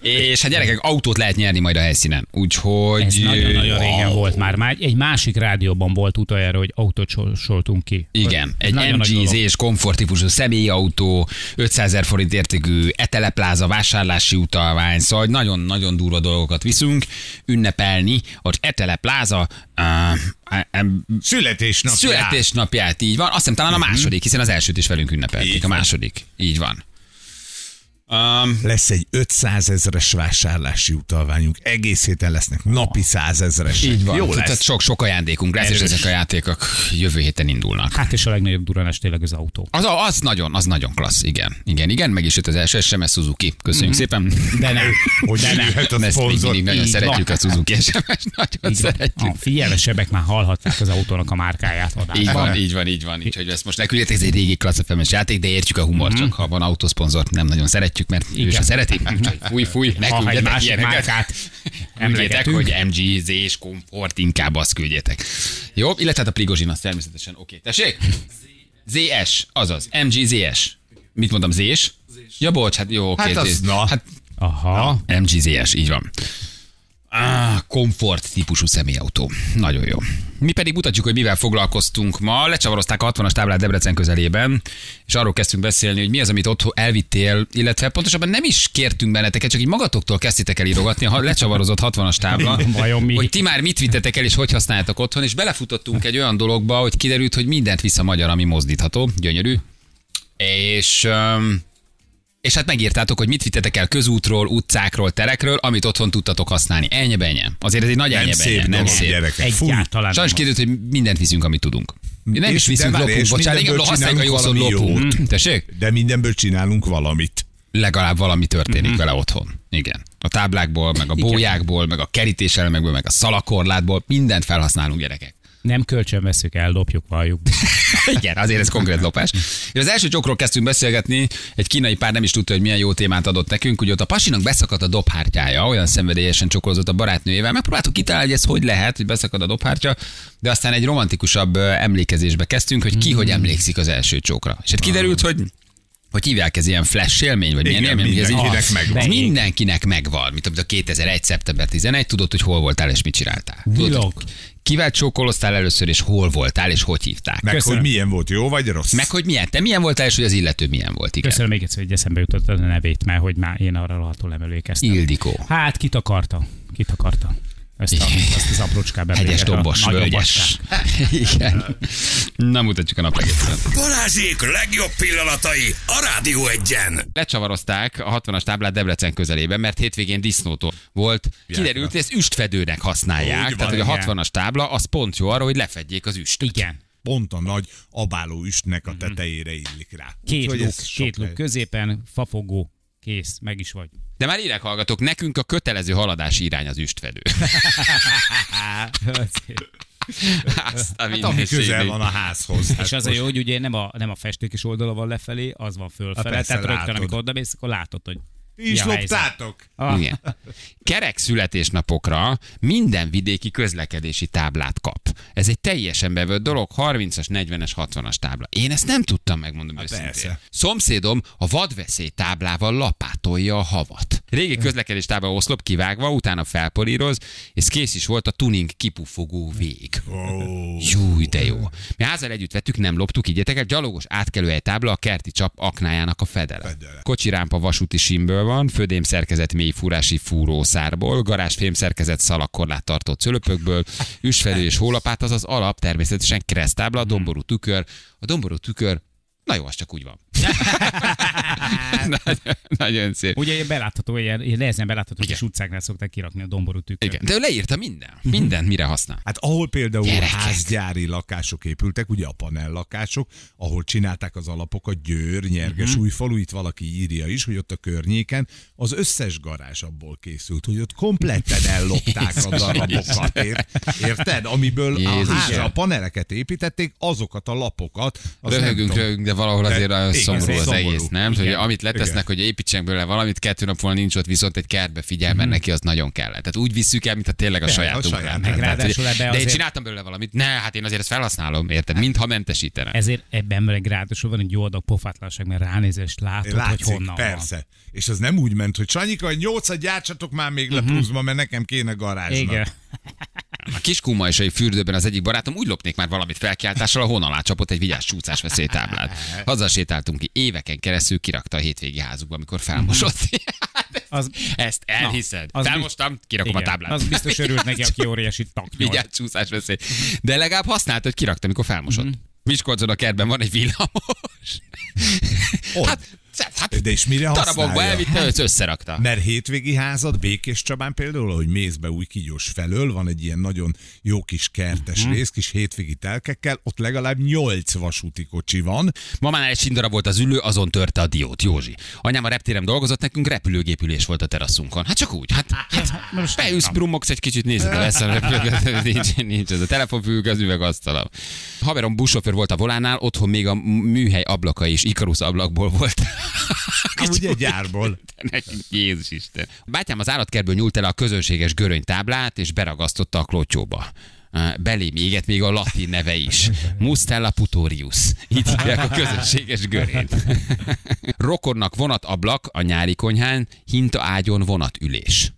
Speaker 2: és hát gyerekek, autót lehet nyerni majd a helyszínen. Úgyhogy...
Speaker 3: Ez nagyon-nagyon régen
Speaker 2: Wow.
Speaker 3: volt már. Már egy másik rádióban volt utoljára, hogy autót sol- soltunk ki.
Speaker 2: Igen,
Speaker 3: Ez
Speaker 2: egy
Speaker 3: nagyon nagy dolog.
Speaker 2: MGZ és komforttípusú személyautó, 500 ezer forint értékű etelepláza, vásárlási utalvány, szóval hogy nagyon-nagyon durva dolgokat viszünk ünnepelni, hogy etelepláza uh,
Speaker 1: Születésnapját.
Speaker 2: születésnapját, így van, azt hiszem talán a második, hiszen az elsőt is velünk ünnepelték,
Speaker 1: Így
Speaker 2: a
Speaker 1: van.
Speaker 2: második, így van. Um,
Speaker 1: Lesz egy 500 ezeres vásárlási utalványunk. Egész héten lesznek napi 100 ezeres.
Speaker 2: így van,
Speaker 1: Jó
Speaker 2: tehát
Speaker 1: lesz.
Speaker 2: sok-sok ajándékunk lesz, és
Speaker 1: Erős.
Speaker 2: ezek a játékok jövő héten indulnak.
Speaker 3: Hát és a legnagyobb duranás tényleg az autó.
Speaker 2: Az, a- az nagyon, az nagyon klassz, igen. Igen, igen, meg is jött az első SMS Suzuki. Köszönjük szépen.
Speaker 3: De nem.
Speaker 1: Hogy
Speaker 3: De nem.
Speaker 1: jöhet a
Speaker 2: Ezt még
Speaker 1: szponzor.
Speaker 2: mindig nagyon
Speaker 3: Így
Speaker 2: szeretjük
Speaker 3: van.
Speaker 2: a Suzuki SMS, nagyon
Speaker 3: Így van.
Speaker 2: szeretjük.
Speaker 3: A figyelmesebbek már hallhatták az autónak a márkáját.
Speaker 2: Így
Speaker 3: adásban.
Speaker 2: van, így van, így van. Így, hogy ezt most Mhm. ne küldjetek, ez egy régi klassz FMS játék, de értjük a humor, csak ha van autószponzort, nem nagyon szeretjük, mert ő
Speaker 3: Igen.
Speaker 2: se szereti. Úgyhogy Fúj, fúj, ne
Speaker 3: Ha egy
Speaker 2: küldjetek
Speaker 3: másik
Speaker 2: ilyeneket.
Speaker 3: márkát
Speaker 2: Küldjetek,
Speaker 3: emlegetünk.
Speaker 2: hogy MGZ és komfort, inkább azt küldjetek. Jó, illetve hát a Prigozsin az természetesen oké. Tessék? ZS, azaz, MGZS. Mit mondtam, Z-s? Ja, bocs, hát jó, oké.
Speaker 1: Hát az-
Speaker 2: zés.
Speaker 1: na.
Speaker 2: Hát
Speaker 3: Aha.
Speaker 2: MGZS, így van. Ah, komfort típusú személyautó. Nagyon jó. Mi pedig mutatjuk, hogy mivel foglalkoztunk ma. Lecsavarozták a 60-as táblát Debrecen közelében, és arról kezdtünk beszélni, hogy mi az, amit otthon elvittél, illetve pontosabban nem is kértünk benneteket, csak így magatoktól kezdtétek el írogatni a lecsavarozott 60-as tábla,
Speaker 3: Vajon mi?
Speaker 2: hogy ti már mit vittetek el, és hogy használjátok otthon, és belefutottunk egy olyan dologba, hogy kiderült, hogy mindent vissza magyar, ami mozdítható. Gyönyörű. És... Um, és hát megírtátok, hogy mit vittetek el közútról, utcákról, terekről, amit otthon tudtatok használni. Ennyi benye. Azért ez egy nagy
Speaker 1: Nem
Speaker 2: ennyi benye.
Speaker 1: szép
Speaker 2: Nem
Speaker 1: dolog,
Speaker 2: szép.
Speaker 1: gyerekek. Fú.
Speaker 3: Egyáltalán.
Speaker 2: Sajnos
Speaker 3: nem.
Speaker 2: kiderült, hogy mindent viszünk, amit tudunk. Nem is
Speaker 1: és- de
Speaker 2: viszünk
Speaker 1: várj,
Speaker 2: lopunk,
Speaker 1: és
Speaker 2: bocsánat, igen,
Speaker 1: mindenből
Speaker 2: használjuk a jó szót,
Speaker 1: csinálunk valami
Speaker 2: lopunk.
Speaker 1: jót.
Speaker 2: Hm, Tessék?
Speaker 1: De mindenből csinálunk valamit.
Speaker 2: legalább valami történik
Speaker 1: Hm.
Speaker 2: mm-hmm. vele otthon. Igen. A táblákból, meg a bójákból, meg a kerítéselemek,ből meg a szalakorlátból, mindent felhasználunk gyerekek.
Speaker 3: Nem kölcsön veszük el, lopjuk, valljuk.
Speaker 2: Igen, azért ez konkrét lopás. És az első csokról kezdtünk beszélgetni, egy kínai pár nem is tudta, hogy milyen jó témát adott nekünk, ugye ott a pasinak beszakadt a dobhártyája, olyan szenvedélyesen csokolozott a barátnőjével, megpróbáltuk kitalálni, hogy ez hogy lehet, hogy beszakad a dobhártya, de aztán egy romantikusabb ö, emlékezésbe kezdtünk, hogy
Speaker 1: Mhm.
Speaker 2: ki hogy emlékszik az első csokra. És hát kiderült, hogy hogy hívják ez ilyen flash élmény, vagy milyen
Speaker 1: Igen,
Speaker 2: élmény? Ugye ez így-
Speaker 1: mindenkinek
Speaker 2: Az,
Speaker 1: megvan.
Speaker 2: ez mindenkinek megvan. Mint amit a 2001. szeptember 11, tudod, hogy hol voltál és mit csináltál. Tudod,
Speaker 3: Világ.
Speaker 2: hogy kivel csókoloztál először, és hol voltál, és hogy hívták.
Speaker 1: Meg,
Speaker 3: Köszönöm.
Speaker 1: hogy milyen volt, jó vagy rossz.
Speaker 2: Meg hogy milyen, te milyen voltál, és hogy az illető milyen volt. Igen.
Speaker 3: Köszönöm még egyszer, hogy eszembe jutott a nevét, mert hogy már én arra rohadtul nem emlékeztem.
Speaker 2: Ildikó.
Speaker 3: Hát kit akarta? Kit akarta? Ezt, a, azt az aprócskább
Speaker 2: Hegyes,
Speaker 3: emléket, a
Speaker 2: dombos,
Speaker 3: nagy
Speaker 2: völgyes.
Speaker 3: dombosság.
Speaker 2: Igen. Na, mutatjuk a napregényt.
Speaker 6: Balázsék legjobb pillanatai a Rádió egyen.
Speaker 2: Lecsavarozták a 60-as táblát Debrecen közelében, mert hétvégén disznótól volt. Kiderült, hogy ezt üstfedőnek használják.
Speaker 1: Úgy
Speaker 2: tehát,
Speaker 1: van,
Speaker 2: hogy a
Speaker 3: igen.
Speaker 2: 60-as tábla az pont jó arra, hogy lefedjék az üstöt.
Speaker 3: Igen.
Speaker 1: Pont a nagy abáló üstnek a tetejére illik rá.
Speaker 3: Mhm. Két
Speaker 1: Úgyhogy
Speaker 3: luk,
Speaker 1: ez sok
Speaker 3: két luk
Speaker 1: hely.
Speaker 3: középen, fafogó, kész, meg is vagy.
Speaker 2: De már írek hallgatok, nekünk a kötelező haladási irány az üstfedő. Azt a
Speaker 1: Hát ami közel
Speaker 2: mindenségét.
Speaker 1: van a házhoz.
Speaker 3: És
Speaker 1: Hát
Speaker 3: az a
Speaker 1: most-
Speaker 3: jó, hogy ugye nem a, nem a festékes oldala van lefelé, az van
Speaker 1: Hát
Speaker 3: fölfele.
Speaker 1: persze,
Speaker 3: tehát rögtön,
Speaker 1: látod.
Speaker 3: amikor oda mész, akkor látod, hogy
Speaker 1: Ti is
Speaker 3: mi a helyzet.
Speaker 1: loptátok?
Speaker 3: Ah,
Speaker 2: Igen. Kerek születésnapokra minden vidéki közlekedési táblát kap. Ez egy teljesen bevett dolog, 30-as, 40-es, 60-as tábla. Én ezt nem tudtam megmondom őszintén.
Speaker 1: persze.
Speaker 2: Szomszédom a vadveszély táblával lapátolja a havat. Régi
Speaker 1: Hm.
Speaker 2: közlekedés tábla oszlop kivágva, utána felpolíroz, és kész is volt a tuning kipufogó vég.
Speaker 1: Ó,
Speaker 2: Júj, de jó. Mi házal együtt vettük, nem loptuk, igyeteket. Gyalogos átkelőhely tábla a kerti csap aknájának a fedele.
Speaker 1: Fedele.
Speaker 2: Kocsirámpa vasúti simből van, födém szerkezet mély fúrási fúrószárból, garázs fém szerkezet szalakorlát tartó cölöpökből, üsfelő és hólapát, az az alap, természetesen keresztábla, domború tükör. A domború tükör, na jó, az csak úgy van. nagyon, nagyon szép.
Speaker 3: Ugye ilyen belátható, ilyen, ilyen nehezen belátható, hogy utcáknál szokták kirakni a domború tükröt.
Speaker 2: Igen, de ő leírta minden. Minden, mire használ.
Speaker 1: Hát ahol például
Speaker 2: Gyerekek.
Speaker 1: Gyerekek. házgyári lakások épültek, ugye a panel lakások, ahol csinálták az alapokat, Győr,
Speaker 3: Mhm.
Speaker 1: Nyerges uh-huh. újfalu, itt valaki írja is, hogy ott a környéken az összes garázs abból készült, hogy ott kompletten ellopták a darabokat, ér, érted? Amiből
Speaker 2: Jézus.
Speaker 1: a házra a paneleket építették, azokat a lapokat. azt nem
Speaker 2: Röhögünk,
Speaker 1: tudom.
Speaker 2: röhögünk, de valahol azért
Speaker 1: De-
Speaker 2: nagyon
Speaker 1: igen,
Speaker 2: szomorú az
Speaker 1: szomorú.
Speaker 2: egész, nem? Hogy amit letesznek, hogy építsenek belőle valamit, kettő nap volna nincs ott, viszont egy kertbe figyel, mert neki az nagyon kellett. Tehát úgy visszük el, mintha tényleg a
Speaker 1: De, a
Speaker 2: sajátunk
Speaker 1: Mhm. saját.
Speaker 2: lenne.
Speaker 1: Meg
Speaker 2: Tehát,
Speaker 3: ráadásul
Speaker 2: hogy- De
Speaker 3: ebbe
Speaker 2: én
Speaker 3: azért-
Speaker 2: csináltam belőle valamit. Ne, hát én azért ezt felhasználom, érted?
Speaker 1: Hát-
Speaker 2: Mintha mentesítenem.
Speaker 3: Ezért ebben meg ráadásul van egy jó adag pofátlanság, mert ránézés látod,
Speaker 1: Látszik,
Speaker 3: hogy honnan
Speaker 1: persze. És az nem úgy ment, hogy Sanyika, nyolcat gyártsatok már még le pluszba, mert nekem kéne
Speaker 3: van.
Speaker 1: garázsnak.
Speaker 3: Igen.
Speaker 2: A kiskúmaisai fürdőben az egyik barátom úgy lopnék már valamit felkiáltással, a hon alá csapott egy vigyás csúszás veszélytáblát. Hazasétáltunk ki, éveken keresztül kirakta a hétvégi házukba, amikor felmosott.
Speaker 3: Mhm. Az-
Speaker 2: Ezt elhiszed.
Speaker 3: Na, az biz-
Speaker 2: Felmostam, kirakom a
Speaker 3: Igen.
Speaker 2: táblát.
Speaker 3: Az biztos örült neki, aki óriási taknyol.
Speaker 2: Vigyázz, csúszás veszély. De legalább használt, hogy kirakta, amikor felmosott.
Speaker 3: Mhm.
Speaker 2: Mm-hmm. Miskolcon a kertben van egy villamos.
Speaker 1: Ott.
Speaker 2: hát, hát,
Speaker 1: De és mire
Speaker 2: darabokba
Speaker 1: használja?
Speaker 2: elvitte, őt összerakta.
Speaker 1: Mert hétvégi házad Békés Csabán például, ahogy mész be új kígyós felől, van egy ilyen nagyon jó kis kertes uh-huh. rész, kis hétvégi telkekkel, ott legalább nyolc vasúti kocsi van.
Speaker 2: Mamánál egy sindara volt az ülő, azon törte a diót, Józsi. Anyám a reptéren dolgozott, nekünk repülőgépülés volt a teraszunkon. Hát csak úgy, hát, hát most beülsz, brummogsz egy kicsit, nézed, lesz a repülőgépet, nincs, nincs ez a telefonfülük, az üvegasztalam. Haverom buszsofőr volt a volánnál, otthon még a műhely ablaka is, Ikarusz ablakból volt. Hát,
Speaker 1: Amúgy egy gyárból.
Speaker 2: Nekünk Jézus Isten. A bátyám az állatkertből nyúlt el a közönséges göröny táblát, és beragasztotta a klotyóba. Á, Belém éget még a latin neve is. Mustella putorius. Így hívják a közönséges görényt. Rokonnak vonatablak a nyári konyhán, hinta ágyon vonatülés.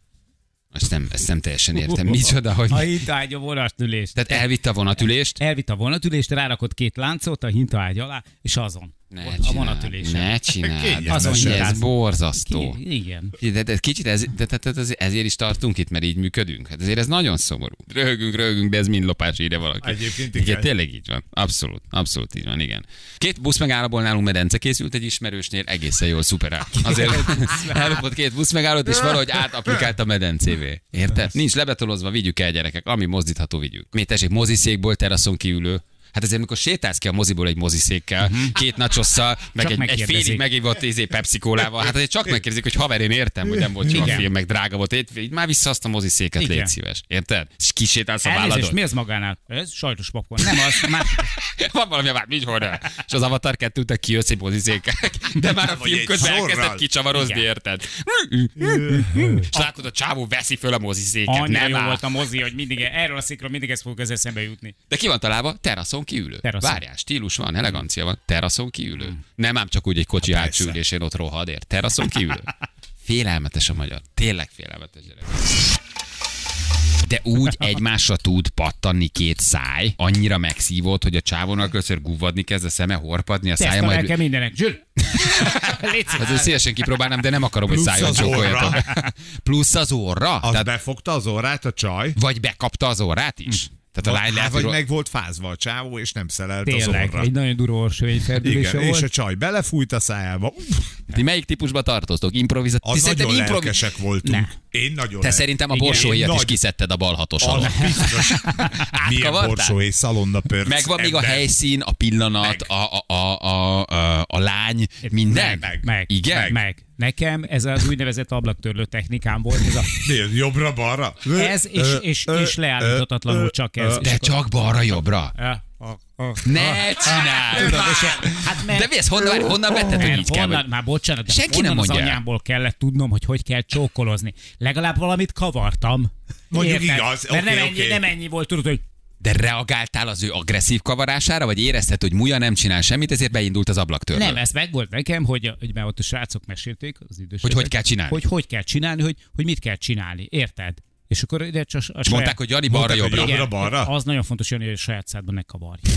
Speaker 2: Azt nem, ezt nem teljesen értem. Micsoda, hogy...
Speaker 3: A hintaágy a vonatülést.
Speaker 2: Tehát elvitte a vonatülést.
Speaker 3: Elvitt a vonatülést, rárakott két láncot a hintaágy alá, és azon.
Speaker 2: Ne
Speaker 3: Ott a
Speaker 2: csináld,
Speaker 3: vonatülésen.
Speaker 2: Ne csináld.
Speaker 1: Kényelmes.
Speaker 2: Azon
Speaker 3: Azon
Speaker 2: ez
Speaker 3: hibázunk.
Speaker 2: borzasztó.
Speaker 3: Ki- Igen.
Speaker 2: De, de kicsit ez, de, de, de, de ezért is tartunk itt, mert így működünk. Hát ezért ez nagyon szomorú. Röhögünk, röhögünk, de ez mind lopás ide valaki.
Speaker 1: Egyébként
Speaker 2: igen.
Speaker 1: igen.
Speaker 2: Tényleg így van. Abszolút, abszolút így van, igen. Két busz megállóból nálunk medence készült egy ismerősnél, egészen jól szuperál. Azért ellopott két busz megállót, és valahogy átapplikált a medencévé. Érted? Nincs lebetolozva, vigyük el gyerekek, ami mozdítható, vigyük. Mi tessék, moziszékból teraszon kiülő. Hát azért, amikor sétálsz ki a moziból egy moziszékkel, két nacsosszal, meg
Speaker 3: Csak
Speaker 2: egy, egy
Speaker 3: megkérdezik.
Speaker 2: félig megívott izé Pepsi kólával, hát azért csak megkérdezik, hogy haver, én értem, hogy nem volt jó a
Speaker 3: Igen.
Speaker 2: film, meg drága volt, Ét- így már vissza azt a moziszéket,
Speaker 3: Igen.
Speaker 2: légy szíves. Érted? És kisétálsz a
Speaker 3: Elnézést,
Speaker 2: válladon.
Speaker 3: mi az magánál? Ez sajtos popcorn. Nem az, már
Speaker 2: Van valami a vád, nincs horra. És az Avatar 2 után kijössz egy mozizékek, de már a
Speaker 1: Vagy
Speaker 2: film
Speaker 1: egy
Speaker 2: közben
Speaker 1: zorral.
Speaker 2: elkezdett kicsavarozni,
Speaker 3: Igen.
Speaker 2: érted? És látod, a csávó veszi föl a mozizéket,
Speaker 3: annyira
Speaker 2: nem
Speaker 3: jó
Speaker 2: áll.
Speaker 3: volt a mozi, hogy mindig erről a szikról mindig ez fog az eszembe jutni.
Speaker 2: De ki van találva? Teraszon kiülő.
Speaker 3: Teraszon.
Speaker 2: Várjál, stílus van, elegancia van. Teraszon kiülő. Nem ám csak úgy egy kocsi hátsó
Speaker 1: Hmm. persze.
Speaker 2: ülésén ott rohad, ért. Teraszon kiülő. Félelmetes a magyar. Tényleg félelmetes gyerek. De úgy egymásra tud pattanni két száj, annyira megszívott, hogy a csávónak először guvadni kezd a szeme, horpadni a szája,
Speaker 3: Ezt majd...
Speaker 2: majd
Speaker 3: kell mindenek. Zsül! Légy szíves.
Speaker 2: Azért szívesen kipróbálnám, de nem akarom, hogy
Speaker 1: Plusz
Speaker 2: szájon
Speaker 1: az orra.
Speaker 2: csókoljatok. Plusz az orra?
Speaker 1: Az
Speaker 2: Tehát,
Speaker 1: befogta az orrát a csaj,
Speaker 2: vagy bekapta az orrát is? Tehát a lány
Speaker 1: hát,
Speaker 2: lehet,
Speaker 1: vagy
Speaker 2: hogy
Speaker 1: meg volt fázva a csávó, és nem szelelt az
Speaker 3: Tényleg,
Speaker 1: orra.
Speaker 3: egy nagyon durva orsőjegyfeldülése
Speaker 1: Igen, és
Speaker 3: volt.
Speaker 1: a csaj belefújt a szájába. Uff,
Speaker 2: Ti melyik típusba tartoztok? Improvizáció?
Speaker 1: Az nagyon lelkesek voltunk. Én nagyon
Speaker 2: Te
Speaker 1: lelkes-
Speaker 2: szerintem a
Speaker 1: Igen,
Speaker 2: borsóhéjat
Speaker 1: én
Speaker 2: is
Speaker 1: nagy-
Speaker 2: kiszedted a balhatos alól.
Speaker 1: Az biztos. Milyen
Speaker 2: Átkavartál?
Speaker 1: borsói szalonna pörc.
Speaker 2: Megvan még a
Speaker 1: ember.
Speaker 2: helyszín, a pillanat,
Speaker 1: Meg.
Speaker 2: a, a, a, a, a, a lány, minden?
Speaker 1: meg.
Speaker 3: Meg,
Speaker 2: Igen?
Speaker 3: meg. meg. Nekem ez az úgynevezett ablaktörlő technikám volt, ez a
Speaker 1: Mi, Jobbra-balra?
Speaker 3: Ez és, és, és leállíthatatlanul csak ez. És
Speaker 2: De
Speaker 3: akkor-
Speaker 2: csak balra-jobbra. Ne csináld!
Speaker 3: És e- Hát mert,
Speaker 2: De mi ez? Honnan, honnan vetted, hogy
Speaker 3: mert
Speaker 2: így kell?
Speaker 3: honnan,
Speaker 2: vagy?
Speaker 3: már bocsánat, de
Speaker 2: Senki
Speaker 3: honnan
Speaker 2: nem mondja
Speaker 3: az
Speaker 2: el.
Speaker 3: anyámból kellett tudnom, hogy hogy kell csókolozni. Legalább valamit kavartam.
Speaker 1: Mondjuk igaz,
Speaker 3: Mert nem,
Speaker 1: oké,
Speaker 3: ennyi,
Speaker 1: oké.
Speaker 3: nem ennyi volt, tudod, hogy
Speaker 2: De reagáltál az ő agresszív kavarására, vagy érezted, hogy Muja nem csinál semmit, ezért beindult az ablaktörlő?
Speaker 3: nem, ez meg volt nekem, hogy, hogy már ott a srácok mesélték, az idősebbek.
Speaker 2: Hogy hogy kell csinálni.
Speaker 3: Hogy hogy kell csinálni, hogy, hogy mit kell csinálni, érted? És akkor ide csak a
Speaker 2: Mondták, hogy Jani balra-jobbra.
Speaker 1: Igen. jobbra-balra?
Speaker 3: Az nagyon fontos, Jani, hogy a saját szádban ne kavarj.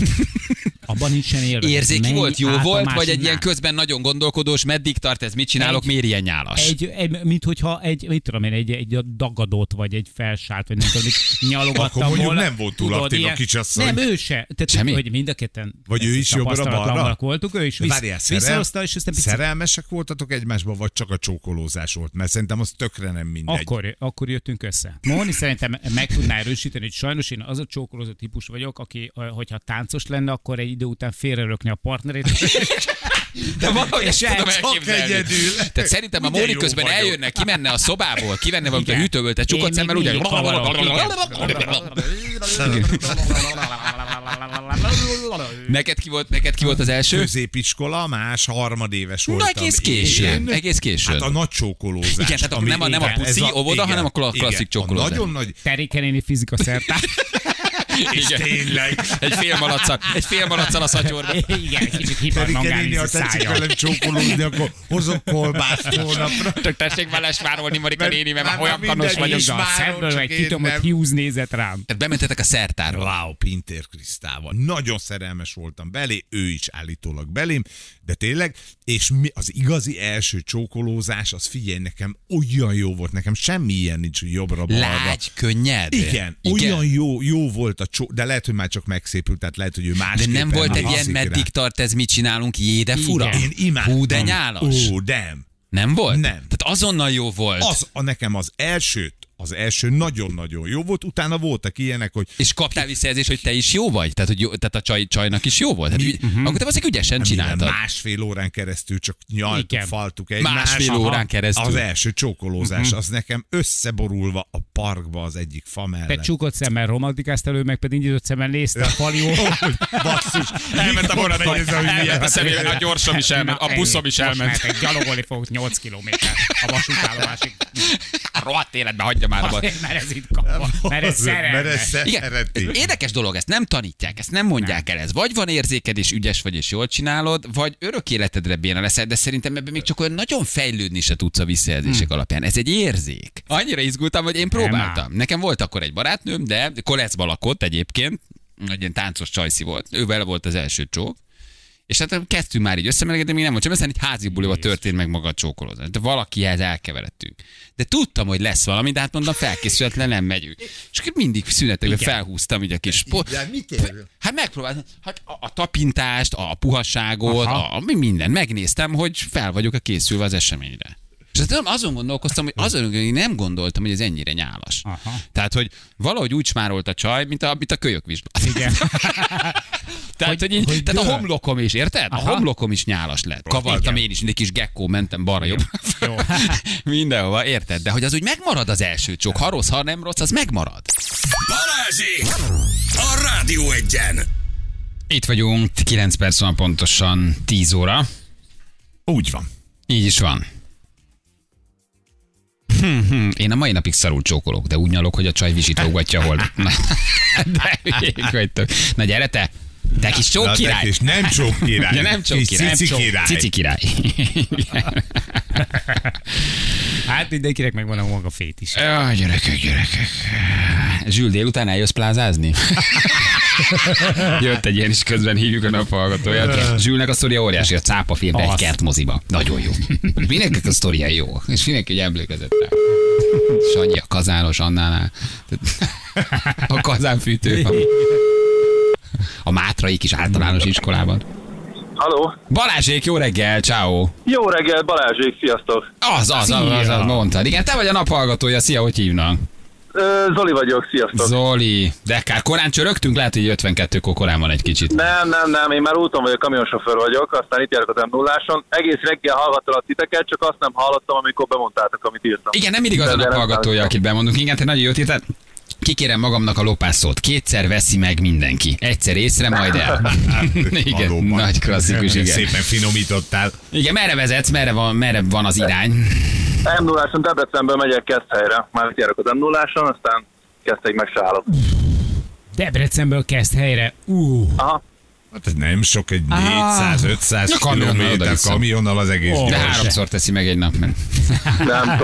Speaker 3: Abban nincsen élve.
Speaker 2: Érzéki volt, jó volt, vagy egy ilyen közben nagyon gondolkodós, meddig tart ez, mit csinálok,
Speaker 3: Egy-
Speaker 2: miért ilyen nyálas?
Speaker 3: Egy, egy, mint hogyha egy, mit tudom én, egy, egy dagadót, vagy egy felsált, vagy nem tudom, mit nyalogattam
Speaker 1: Akkor mondjuk
Speaker 3: volna.
Speaker 1: nem volt túl aktív a
Speaker 3: ilyen-
Speaker 1: kicsasszony.
Speaker 3: Nem, ő se. Tehát,
Speaker 2: Semmi?
Speaker 3: Hogy mind a ketten.
Speaker 1: Vagy ő is jobbra-balra?
Speaker 3: tapasztalatlanok voltunk, ő is visz,
Speaker 1: Várjál,
Speaker 3: visszahozta, és aztán picit
Speaker 1: szerelmesek voltatok egymásba, vagy csak a csókolózás volt? Mert szerintem az tökre nem mindegy.
Speaker 3: Akkor, akkor jöttünk össze. Móni szerintem meg tudná erősíteni, hogy sajnos én az a csókolózó típus vagyok, aki, eh, hogyha táncos lenne, akkor egy idő után félrelökni a partnerét.
Speaker 2: De valahogy ezt
Speaker 3: És
Speaker 2: tudom
Speaker 3: csak
Speaker 2: elképzelni.
Speaker 1: egyedül.
Speaker 2: Tehát szerintem a
Speaker 1: Ugye
Speaker 2: Móni
Speaker 1: jó
Speaker 2: közben
Speaker 1: vagyok.
Speaker 2: eljönne, kimenne a szobából, kivenne valamit a
Speaker 3: Igen.
Speaker 2: hűtőből, te
Speaker 3: Én
Speaker 2: csukott
Speaker 3: még
Speaker 2: szemmel ugye.
Speaker 3: mindig kavarok,
Speaker 2: Neked ki volt, neked ki volt az első?
Speaker 1: Középiskola, más, harmadéves
Speaker 2: Na,
Speaker 1: voltam.
Speaker 2: egész későn.
Speaker 1: Igen.
Speaker 2: Egész későn.
Speaker 1: Hát a nagy csókolózás.
Speaker 2: Igen, tehát akkor
Speaker 1: ami-
Speaker 2: nem a- nem a
Speaker 1: igen,
Speaker 2: puci
Speaker 1: ez
Speaker 2: óvoda,
Speaker 1: igen,
Speaker 2: hanem akkor a
Speaker 1: igen,
Speaker 2: klasszik csókolózás.
Speaker 1: Nagyon nagy,
Speaker 3: Terike néni fizika szertár.
Speaker 1: és
Speaker 2: Igen.
Speaker 1: tényleg.
Speaker 2: Egy fél malaccal, egy fél malaccal a szatyorba.
Speaker 3: Igen, egy kicsit
Speaker 1: Terike
Speaker 3: hipermangán
Speaker 1: néni,
Speaker 3: a
Speaker 1: ha tetszik
Speaker 3: szája.
Speaker 1: velem csókolózni, akkor hozok kolbászt holnapra.
Speaker 2: Csak tessék vele svárolni, Marika néni, mert már
Speaker 1: már
Speaker 2: olyan
Speaker 1: minden
Speaker 2: kanos vagyok.
Speaker 1: is.
Speaker 3: Igaz,
Speaker 1: várom,
Speaker 3: szemből
Speaker 1: csak
Speaker 3: egy
Speaker 1: én
Speaker 3: kitomott
Speaker 1: nem.
Speaker 3: Hughes nézett rám.
Speaker 2: Tehát bementetek a szertárba.
Speaker 1: Wow, Pintér Krisztával. Nagyon szerelmes voltam belé, ő is állítólag belém, de tényleg, és mi, az igazi első csókolózás, az figyelj nekem, olyan jó volt nekem, semmi ilyen nincs, hogy jobbra-balra.
Speaker 2: Lágy, könnyed.
Speaker 1: Igen, Igen, olyan jó, jó volt a csó, de lehet, hogy már csak megszépült, tehát lehet, hogy ő más.
Speaker 2: De nem volt egy ilyen, meddig tart ez, mit csinálunk, jé, de fura.
Speaker 1: Én imádtam.
Speaker 2: Hú, de nyálas.
Speaker 1: Ó, nem.
Speaker 2: Nem volt?
Speaker 1: Nem.
Speaker 2: Tehát azonnal jó volt.
Speaker 1: Az, a nekem az elsőt, az első nagyon-nagyon jó volt, utána voltak ilyenek, hogy
Speaker 2: És kaptál visszajelzést, hogy te is jó vagy? Tehát, hogy jó, tehát a csaj, csajnak is jó volt? Tehát, ügy, uh-huh. Akkor te valószínűleg ügyesen csináltad.
Speaker 1: Mivel Másfél órán keresztül csak nyaltuk,
Speaker 3: Igen.
Speaker 1: faltuk egymást.
Speaker 2: Másfél
Speaker 1: Aha.
Speaker 2: órán keresztül.
Speaker 1: Az első csókolózás,
Speaker 2: Mhm.
Speaker 1: az nekem összeborulva a parkba az egyik fa
Speaker 3: Te
Speaker 1: mellett.
Speaker 3: csukott szemmel romantikáztál, ő meg pedig nyitott szemmel nézte a falió.
Speaker 1: Basszus,
Speaker 2: Elment a
Speaker 1: mikor
Speaker 2: borra,
Speaker 1: nézem, hogy milyen-
Speaker 3: Hát,
Speaker 2: szemében, a gyorsom is
Speaker 3: Na, ennyi. hát, Most már te gyalogolni fogok 8 kilométer a vasútállomásig.
Speaker 2: A rohadt életbe hagyja már abba.
Speaker 3: Azért, mert ez itt kapva, mert ez szerelme.
Speaker 1: Mert ez
Speaker 2: Igen,
Speaker 1: szereti.
Speaker 2: érdekes dolog, ezt nem tanítják, ezt nem mondják el. Ez vagy van érzéked, és ügyes vagy, és jól csinálod, vagy örök életedre béna leszel, de szerintem ebben még csak olyan nagyon fejlődni se tudsz a visszajelzések hmm. alapján. Ez egy érzék. Annyira izgultam, hogy én próbáltam. Nekem volt akkor egy barátnőm, de koleszba lakott egyébként, egy ilyen táncos csajci volt, ő vele volt az első csók, és hát kezdtünk már így összemelegedni, még nem volt sem, aztán egy házi buliba történt meg maga a csókolózás. De valakihez elkeveredtünk. De tudtam, hogy lesz valami, de hát mondom, felkészületlen nem megyünk. És akkor mindig szünetekben felhúztam így a kis pot. Hát megpróbáltam, hát a, a tapintást, a puhaságot, a, a, minden. Megnéztem, hogy fel vagyok a készülve az eseményre. És azt tudom, azon gondolkoztam, hogy azon, hogy nem gondoltam, hogy ez ennyire nyálas.
Speaker 3: Aha.
Speaker 2: Tehát, hogy valahogy úgy smárolt a csaj, mint a, mint a kölyök vizsgálat.
Speaker 3: Igen.
Speaker 9: Tehát, hogy, így,
Speaker 3: hogy
Speaker 9: tehát a
Speaker 3: dől.
Speaker 9: homlokom is, érted? A
Speaker 3: Aha.
Speaker 9: homlokom is nyálas lett. Kavartam én is, mindig kis gekkó, mentem balra jobb.
Speaker 3: Jó.
Speaker 9: Mindenhova, érted? De hogy az úgy megmarad az első csók, ha rossz, ha nem rossz, az megmarad.
Speaker 6: Balázsék! A Rádió Egyen!
Speaker 2: Itt vagyunk, 9 perc van pontosan 10 óra.
Speaker 1: Úgy van.
Speaker 2: Így is van. Hm, hm, Én a mai napig szarul csókolok, de úgy nyalok, hogy a csaj visítógatja hol. De hülyék vagytok. Na gyere te! Te kis
Speaker 1: Na,
Speaker 2: csók
Speaker 1: te
Speaker 2: király!
Speaker 1: kis nem csók király.
Speaker 2: De nem csók
Speaker 1: Kis
Speaker 2: király.
Speaker 1: cici
Speaker 2: nem csók-
Speaker 1: király.
Speaker 2: Cici király.
Speaker 3: Hát mindenkinek megvan a maga fét is.
Speaker 2: Jaj, gyerekek, gyerekek. Zsül, délután eljössz plázázni? Jött egy ilyen is közben hívjuk a naphallgatóját. Zsülnek a sztoria óriási, a cápa filmbe egy
Speaker 3: Az.
Speaker 2: kertmoziba. Nagyon jó. Mindenkinek a sztoria jó, és mindenki egy emlékezett rá. Sanyi a kazános Annánál. A kazánfűtő. van. A Mátrai kis általános iskolában.
Speaker 10: Halló?
Speaker 2: Balázsék, jó reggel, ciao.
Speaker 10: Jó reggel, Balázsék, sziasztok!
Speaker 2: Az, az, az, az, az,
Speaker 3: Szia.
Speaker 2: mondtad. Igen, te vagy a naphallgatója, szia, hogy hívnak?
Speaker 10: Ö, Zoli vagyok, sziasztok!
Speaker 2: Zoli, de kár korán csörögtünk, lehet, hogy 52-kor korán van egy kicsit.
Speaker 10: nem, nem, nem, én már úton vagyok, kamionsofőr vagyok, aztán itt járok a m 0 Egész reggel hallgattalak titeket, csak azt nem hallottam, amikor bemondtátok, amit írtam.
Speaker 2: Igen, nem mindig az a
Speaker 10: De- de
Speaker 2: nap
Speaker 10: nem
Speaker 2: hallgatója,
Speaker 10: hallottam.
Speaker 2: akit bemondunk. Igen, te nagyon jót írtál. Kikérem magamnak a lopászót. Kétszer veszi meg mindenki. Egyszer észre, majd el. igen,
Speaker 1: Hát, Valóban.
Speaker 2: nagy klasszikus, igen.
Speaker 1: Szépen finomítottál.
Speaker 2: Igen, merre vezetsz, merre van, merre van az irány?
Speaker 10: m 0 Debrecenből megyek Keszthelyre, már itt járok az m 0 aztán kezdték meg se állok.
Speaker 3: Debrecenből kezd helyre. Ú,
Speaker 10: Aha.
Speaker 1: Hát ez nem sok, egy 400-500
Speaker 2: Na, kamionnal
Speaker 1: kilométer
Speaker 2: oda-vissza.
Speaker 1: kamionnal az egész
Speaker 3: Ó.
Speaker 2: De
Speaker 1: gyors.
Speaker 2: háromszor teszi meg egy nap.
Speaker 10: Nem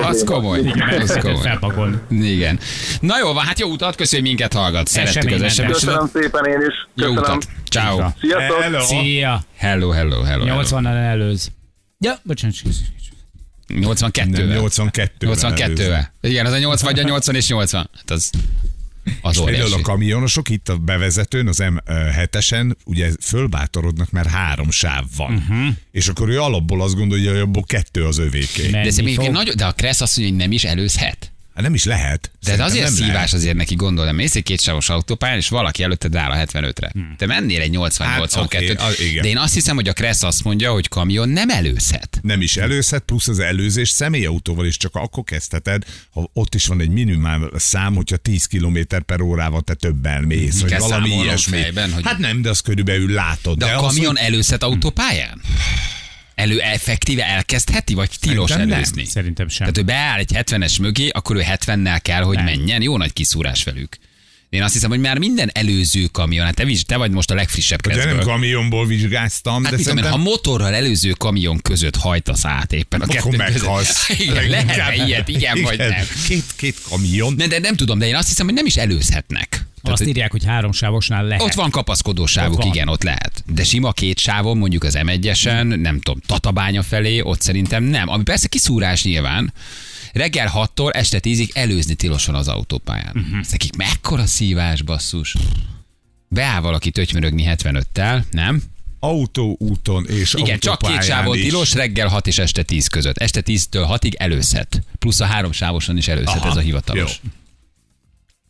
Speaker 2: Az komoly. Az komoly.
Speaker 3: felpakolni.
Speaker 2: Igen. Na jó, van, hát jó utat, köszönjük, hogy minket hallgat. Szerettük az
Speaker 3: Eseménymentes.
Speaker 2: SMS-et.
Speaker 10: Köszönöm szépen én is.
Speaker 2: Jó
Speaker 10: Köszönöm.
Speaker 2: utat. Ciao.
Speaker 10: Sziasztok!
Speaker 1: Hello.
Speaker 3: Szia!
Speaker 2: Hello, hello, hello. hello.
Speaker 3: 80-nal előz. Ja, bocsánat.
Speaker 2: 82
Speaker 1: Nem,
Speaker 2: -vel.
Speaker 1: 82
Speaker 2: 82-vel. Igen, az a 8 vagy a 80 és 80. Hát az az
Speaker 1: Például a
Speaker 2: óriási.
Speaker 1: kamionosok itt a bevezetőn, az M7-esen, ugye fölbátorodnak, mert három sáv van.
Speaker 2: Mhm.
Speaker 1: Uh-huh. És akkor ő alapból azt gondolja, hogy abból kettő az övéké.
Speaker 3: Menni
Speaker 2: De,
Speaker 3: fog.
Speaker 2: szerintem nagyon, de a Kressz azt mondja, hogy nem is előzhet.
Speaker 1: Hát nem is lehet.
Speaker 2: De ez
Speaker 1: Szerintem
Speaker 2: azért
Speaker 1: nem
Speaker 2: szívás
Speaker 1: lehet.
Speaker 2: azért neki, gondolom. Mész egy kétsávos autópályán, és valaki előtted áll a 75-re. Te mennél egy 80-82-t.
Speaker 1: Hmm. Hát, oké, a- igen.
Speaker 2: de én azt hiszem, hogy a Kressz azt mondja, hogy kamion nem előzhet.
Speaker 1: Nem is előzhet, plusz az előzés személyautóval is csak akkor kezdheted, ha ott is van egy minimál szám, hogyha 10 km per órával te többen mész, vagy
Speaker 2: Mhm. Kell
Speaker 1: valami
Speaker 2: számolnom
Speaker 1: ilyesmi.
Speaker 2: fejben, hogy-
Speaker 1: Hát nem, de azt körülbelül látod.
Speaker 2: De, a
Speaker 1: az,
Speaker 2: kamion
Speaker 1: hogy-
Speaker 2: előzhet autópályán? Elő effektíve elkezdheti, vagy tilos
Speaker 1: Szerintem nem.
Speaker 2: előzni?
Speaker 3: Szerintem sem.
Speaker 2: Tehát ő beáll egy 70-es mögé, akkor ő 70-nel kell, hogy
Speaker 3: Nem.
Speaker 2: menjen. Jó nagy kiszúrás velük. Én azt hiszem, hogy már minden előző kamion, hát te, vis- te vagy most a legfrissebb
Speaker 1: De nem
Speaker 2: kezdből.
Speaker 1: kamionból vizsgáztam,
Speaker 2: Hát
Speaker 1: de
Speaker 2: mit tudom én,
Speaker 1: szerintem
Speaker 2: ha motorral előző kamion között hajtasz át éppen a
Speaker 1: akkor
Speaker 2: kettő
Speaker 1: meghalsz.
Speaker 2: között. Igen, lehet ilyet, igen, igen, vagy nem.
Speaker 1: Két, két kamion.
Speaker 2: Ne, de nem tudom, de én azt hiszem, hogy nem is előzhetnek. Tehát,
Speaker 3: Azt
Speaker 2: hogy
Speaker 3: írják, hogy három sávosnál lehet.
Speaker 2: ott van kapaszkodó sávok,
Speaker 3: Ott van.
Speaker 2: igen, ott lehet. De sima két sávon, mondjuk az M1-esen, nem tudom, Tatabánya felé, ott szerintem nem. Ami persze kiszúrás nyilván. Reggel 6-tól este 10-ig előzni tilosan az autópályán.
Speaker 1: Mhm.
Speaker 2: Uh-huh. Ez nekik mekkora szívás, basszus. Beáll valaki tötymörögni 75-tel, nem?
Speaker 1: Autóúton és
Speaker 2: Igen, csak két
Speaker 1: autópályán
Speaker 2: sávon
Speaker 1: is.
Speaker 2: tilos, reggel 6 és este 10 között. Este 10-től 6-ig előzhet. Plusz a három sávoson is előzhet
Speaker 1: Aha,
Speaker 2: ez a hivatalos.
Speaker 1: jó.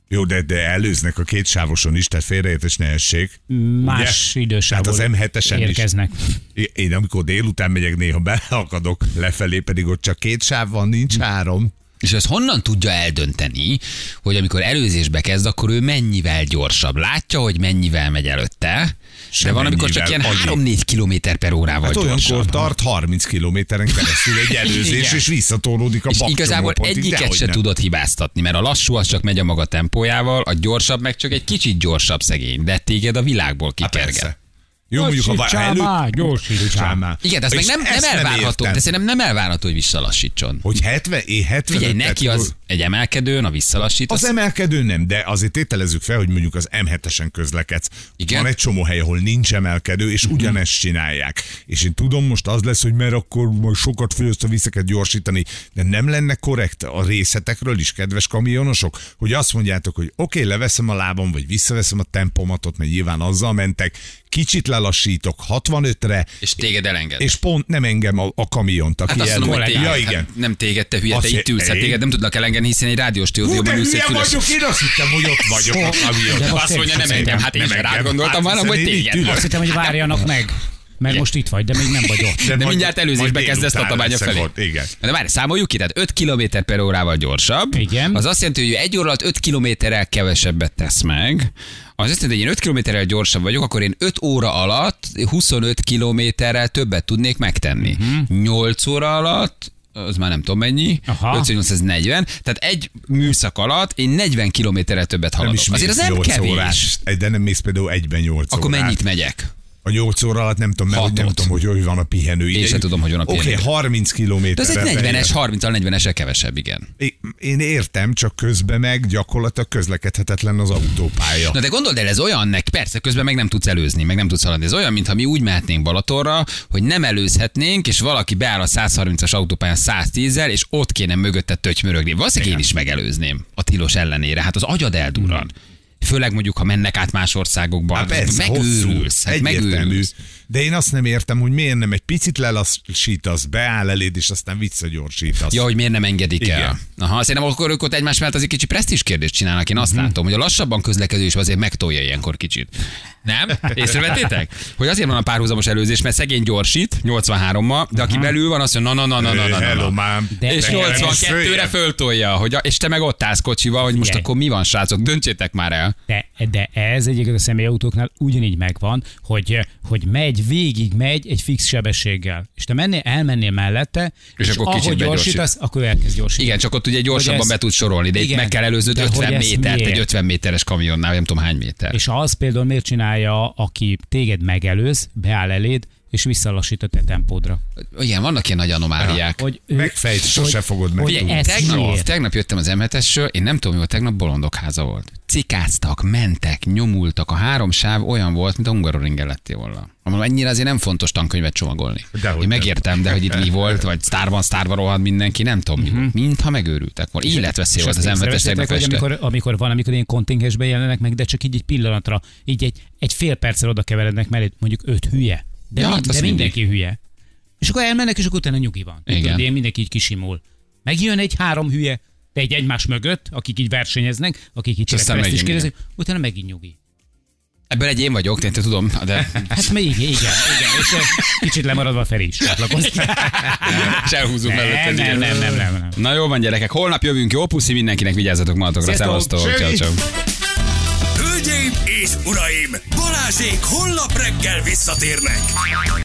Speaker 1: Jó, de, de előznek a két sávoson is, tehát félreértés ne essék.
Speaker 2: Mm.
Speaker 3: Más
Speaker 1: Ugye?
Speaker 3: idősávból
Speaker 1: Hát az M7-esen is.
Speaker 3: érkeznek.
Speaker 1: Én- Én amikor délután megyek, néha beakadok lefelé, pedig ott csak két sáv van, nincs három. Hát
Speaker 2: És az honnan tudja eldönteni, hogy amikor előzésbe kezd, akkor ő mennyivel gyorsabb? Látja, hogy mennyivel megy előtte, de van, amikor csak ilyen
Speaker 1: mennyivel, annyi.
Speaker 2: 3-4 km per órával
Speaker 1: Hát olyankor
Speaker 2: gyorsabb.
Speaker 1: tart 30 kilométeren keresztül egy előzés,
Speaker 2: Igen.
Speaker 1: és visszatolódik a
Speaker 2: és
Speaker 1: bakcsomó
Speaker 2: igazából
Speaker 1: pontig,
Speaker 2: egyiket
Speaker 1: dehogy
Speaker 2: se
Speaker 1: nem.
Speaker 2: tudod hibáztatni, mert a lassú az csak megy a maga tempójával, a gyorsabb meg csak egy kicsit gyorsabb szegény, de téged a világból
Speaker 1: Hát
Speaker 2: kikerget.
Speaker 1: persze. Jó, mondjuk, ha vár- előtt...
Speaker 3: Csámá, gyors idősáv.
Speaker 1: Csámá.
Speaker 2: Igen, de az meg
Speaker 1: És
Speaker 2: nem, nem
Speaker 1: ezt
Speaker 2: elvárható,
Speaker 1: értem.
Speaker 2: de szerintem nem elvárható, hogy visszalassítson.
Speaker 1: Hogy 70, én 70
Speaker 2: Figyelj, neki az egy emelkedőn, a visszalassít,
Speaker 1: Az
Speaker 2: az
Speaker 1: emelkedő nem, de azért tételezzük fel, hogy mondjuk az M7-esen közlekedsz.
Speaker 2: Igen. Mhm.
Speaker 1: Van egy csomó hely, ahol nincs emelkedő, és ugyanezt csinálják. És én tudom, most az lesz, hogy mert akkor majd sokat fogyaszt, vissza kell gyorsítani, de nem lenne korrekt a részletekről is, kedves kamionosok, hogy azt mondjátok, hogy oké, okay, leveszem a lábam, vagy visszaveszem a tempomatot, mert nyilván azzal mentek, kicsit lelassítok 65-re,
Speaker 2: És téged elenged.
Speaker 1: és pont nem engem a, a kamiont, aki
Speaker 2: Hát azt mondom, hogy
Speaker 1: elmegy.
Speaker 2: téged,
Speaker 1: Ja,
Speaker 2: hát
Speaker 1: igen.
Speaker 2: nem téged, te hülye,
Speaker 1: Azt
Speaker 2: te itt
Speaker 1: hi-
Speaker 2: ülsz, hát
Speaker 1: én?
Speaker 2: téged nem tudnak elengedni, hiszen egy rádiós
Speaker 1: Hú,
Speaker 2: stúdióban
Speaker 1: de
Speaker 2: ülsz egy
Speaker 1: hülye
Speaker 2: füles.
Speaker 1: vagyok, én azt hittem, hogy ott vagyok a
Speaker 2: De
Speaker 1: kamion.
Speaker 3: most
Speaker 2: azt mondja, nem
Speaker 3: én is
Speaker 2: engem,
Speaker 3: szerintem
Speaker 2: hát nem
Speaker 1: téged.
Speaker 2: rád
Speaker 1: Hát
Speaker 2: gondoltam, hanem
Speaker 1: hiszen
Speaker 2: hogy
Speaker 1: én így
Speaker 2: téged.
Speaker 1: ülök.
Speaker 3: Azt hittem, hogy várjanak meg, mert most itt vagy, de még nem vagy ott.
Speaker 2: De,
Speaker 1: majd-
Speaker 2: mindjárt előzésbe
Speaker 1: majd
Speaker 2: kezdesz
Speaker 1: délután
Speaker 2: Tatabánya
Speaker 1: leszek
Speaker 2: felé.
Speaker 1: ott, igen.
Speaker 2: De várj, számoljuk ki, tehát 5 km per órával gyorsabb.
Speaker 3: Igen.
Speaker 2: Az azt jelenti, hogy ő egy óra alatt 5 kilométerrel kevesebbet tesz meg. Az azt jelenti, hogy én 5 kilométerrel gyorsabb vagyok, akkor én 5 óra alatt 25 kilométerrel többet tudnék megtenni. Uh-huh. 8 óra alatt az már nem tudom mennyi,
Speaker 3: Mhm. Aha.
Speaker 2: 5840, tehát egy műszak alatt én 40 kilométerrel többet
Speaker 1: Nem
Speaker 2: haladok.
Speaker 1: is
Speaker 2: Azért az nem kevés.
Speaker 1: Órás, de nem mész például egyben 8
Speaker 2: Akkor
Speaker 1: órát.
Speaker 2: mennyit megyek?
Speaker 1: A 8 óra alatt nem tudom, mert
Speaker 2: Hatot.
Speaker 1: nem tudom, hogy hogy van a pihenő.
Speaker 2: Én sem tudom, hogy van a
Speaker 1: Oké,
Speaker 2: pihenő.
Speaker 1: 30 kilométer.
Speaker 2: De az egy 40-es, 30-al 40-esel kevesebb, igen.
Speaker 1: Én értem, csak közben meg gyakorlatilag közlekedhetetlen az autópálya.
Speaker 2: Na de gondold el, ez olyan, nek, persze, közben meg nem tudsz előzni, meg nem tudsz haladni. Ez olyan, mintha mi úgy mehetnénk Balatonra, hogy nem előzhetnénk, és valaki beáll a 130-as autópályán 110-zel, és ott kéne mögötte tötymörögni. Valószínűleg én is megelőzném a tilos ellenére. Hát az agyad eldurran. Főleg mondjuk, ha mennek át más országokba.
Speaker 1: Hát Hmm. persze,
Speaker 2: megőrülsz,
Speaker 1: hosszú,
Speaker 2: hát
Speaker 1: egyértelmű.
Speaker 2: megőrülsz.
Speaker 1: De én azt nem értem, hogy miért nem egy picit lelassítasz, beáll eléd, és aztán visszagyorsítasz.
Speaker 2: Ja, hogy miért nem engedik Igen. el.
Speaker 1: Igen.
Speaker 2: Aha, szerintem akkor ők ott egymás mellett azért kicsi presztis kérdést csinálnak. Én azt látom, hogy a lassabban közlekedő is azért megtolja ilyenkor kicsit. Nem? Észrevettétek? Hogy azért van a párhuzamos előzés, mert szegény gyorsít 83-mal, de aki belül van, azt mondja, na na na na na, na,
Speaker 1: Hello,
Speaker 2: na.
Speaker 1: mám.
Speaker 3: De-
Speaker 2: És
Speaker 3: Engem is
Speaker 2: 82-re
Speaker 1: följebb.
Speaker 2: föltolja, hogy a, és te meg ott állsz kocsival, hogy most
Speaker 3: Figyelj.
Speaker 2: akkor mi van, srácok, döntsétek már el.
Speaker 3: De, de ez egyébként a személyautóknál ugyanígy megvan, hogy, hogy megy, végig megy egy fix sebességgel. És te mennél, elmennél mellette,
Speaker 2: És
Speaker 3: és,
Speaker 2: akkor kicsit
Speaker 3: ahogy
Speaker 2: begyorsít.
Speaker 3: gyorsítasz, akkor ő elkezd gyorsítani.
Speaker 2: Igen, csak ott ugye gyorsabban
Speaker 3: ez-
Speaker 2: be tudsz sorolni, de itt
Speaker 3: Igen.
Speaker 2: meg kell előződ
Speaker 3: De
Speaker 2: 50
Speaker 3: hogy ez
Speaker 2: métert, egy
Speaker 3: miért?
Speaker 2: 50 méteres kamionnál, nem tudom hány méter.
Speaker 3: És az például miért csinálja, aki téged megelőz, beáll eléd, és visszalassít a te tempódra.
Speaker 2: Igen, vannak ilyen nagy anomáliák.
Speaker 3: Hogy ő-
Speaker 1: Megfejt, sose fogod meg.
Speaker 3: hogy
Speaker 2: Figyelj,
Speaker 3: ez
Speaker 2: tegnap,
Speaker 3: miért?
Speaker 2: tegnap jöttem az m én nem tudom, hogy tegnap bolondok háza volt. Cikáztak, mentek, nyomultak, a három sáv olyan volt, mint a Hungaroringen lettél volna. Mondom, ennyire azért nem fontos tankönyvet csomagolni.
Speaker 1: Dehogy
Speaker 2: én
Speaker 1: nem.
Speaker 2: megértem, de hogy itt mi volt, vagy sztárban sztárba rohad mindenki, nem tudom mi volt. Mintha megőrültek volna. Életveszély
Speaker 3: Mhm.
Speaker 2: volt
Speaker 3: És
Speaker 2: az
Speaker 3: azt
Speaker 2: m tegnap
Speaker 3: észrevettétek, hogy
Speaker 2: este.
Speaker 3: amikor, amikor van, amikor ilyen kontingensben jelennek meg, de csak így egy pillanatra, így egy, egy fél perccel oda keverednek mellé, mondjuk öt hülye. De,
Speaker 2: Ja,
Speaker 3: ja,
Speaker 2: hát
Speaker 3: mind,
Speaker 2: az
Speaker 3: de mindenki
Speaker 2: mindig.
Speaker 3: hülye. És akkor elmennek, és akkor utána nyugi van.
Speaker 2: Igen.
Speaker 3: Tudod, ilyen mindenki így kisimul. Megjön egy három hülye, de egy egymás mögött, akik így versenyeznek, akik így
Speaker 2: aztán
Speaker 3: csinálják is
Speaker 2: megyünk,
Speaker 3: kérdezik, utána megint nyugi.
Speaker 2: Ebből egy én vagyok, én te tudom, de
Speaker 3: Hát még igen, igen, igen. És eh, kicsit lemaradva Feri is csatlakozik.
Speaker 2: se elhúzunk
Speaker 3: nem,
Speaker 2: mellett.
Speaker 3: nem, nem, nem, nem, nem.
Speaker 2: Na jó van gyerekek, holnap jövünk, jó puszi mindenkinek, vigyázzatok magatokra,
Speaker 1: Sziasztok,
Speaker 2: szevasztok, ciao,
Speaker 1: Csövi!
Speaker 2: ciao.
Speaker 11: Hölgyeim és uraim, Balázsék holnap reggel visszatérnek.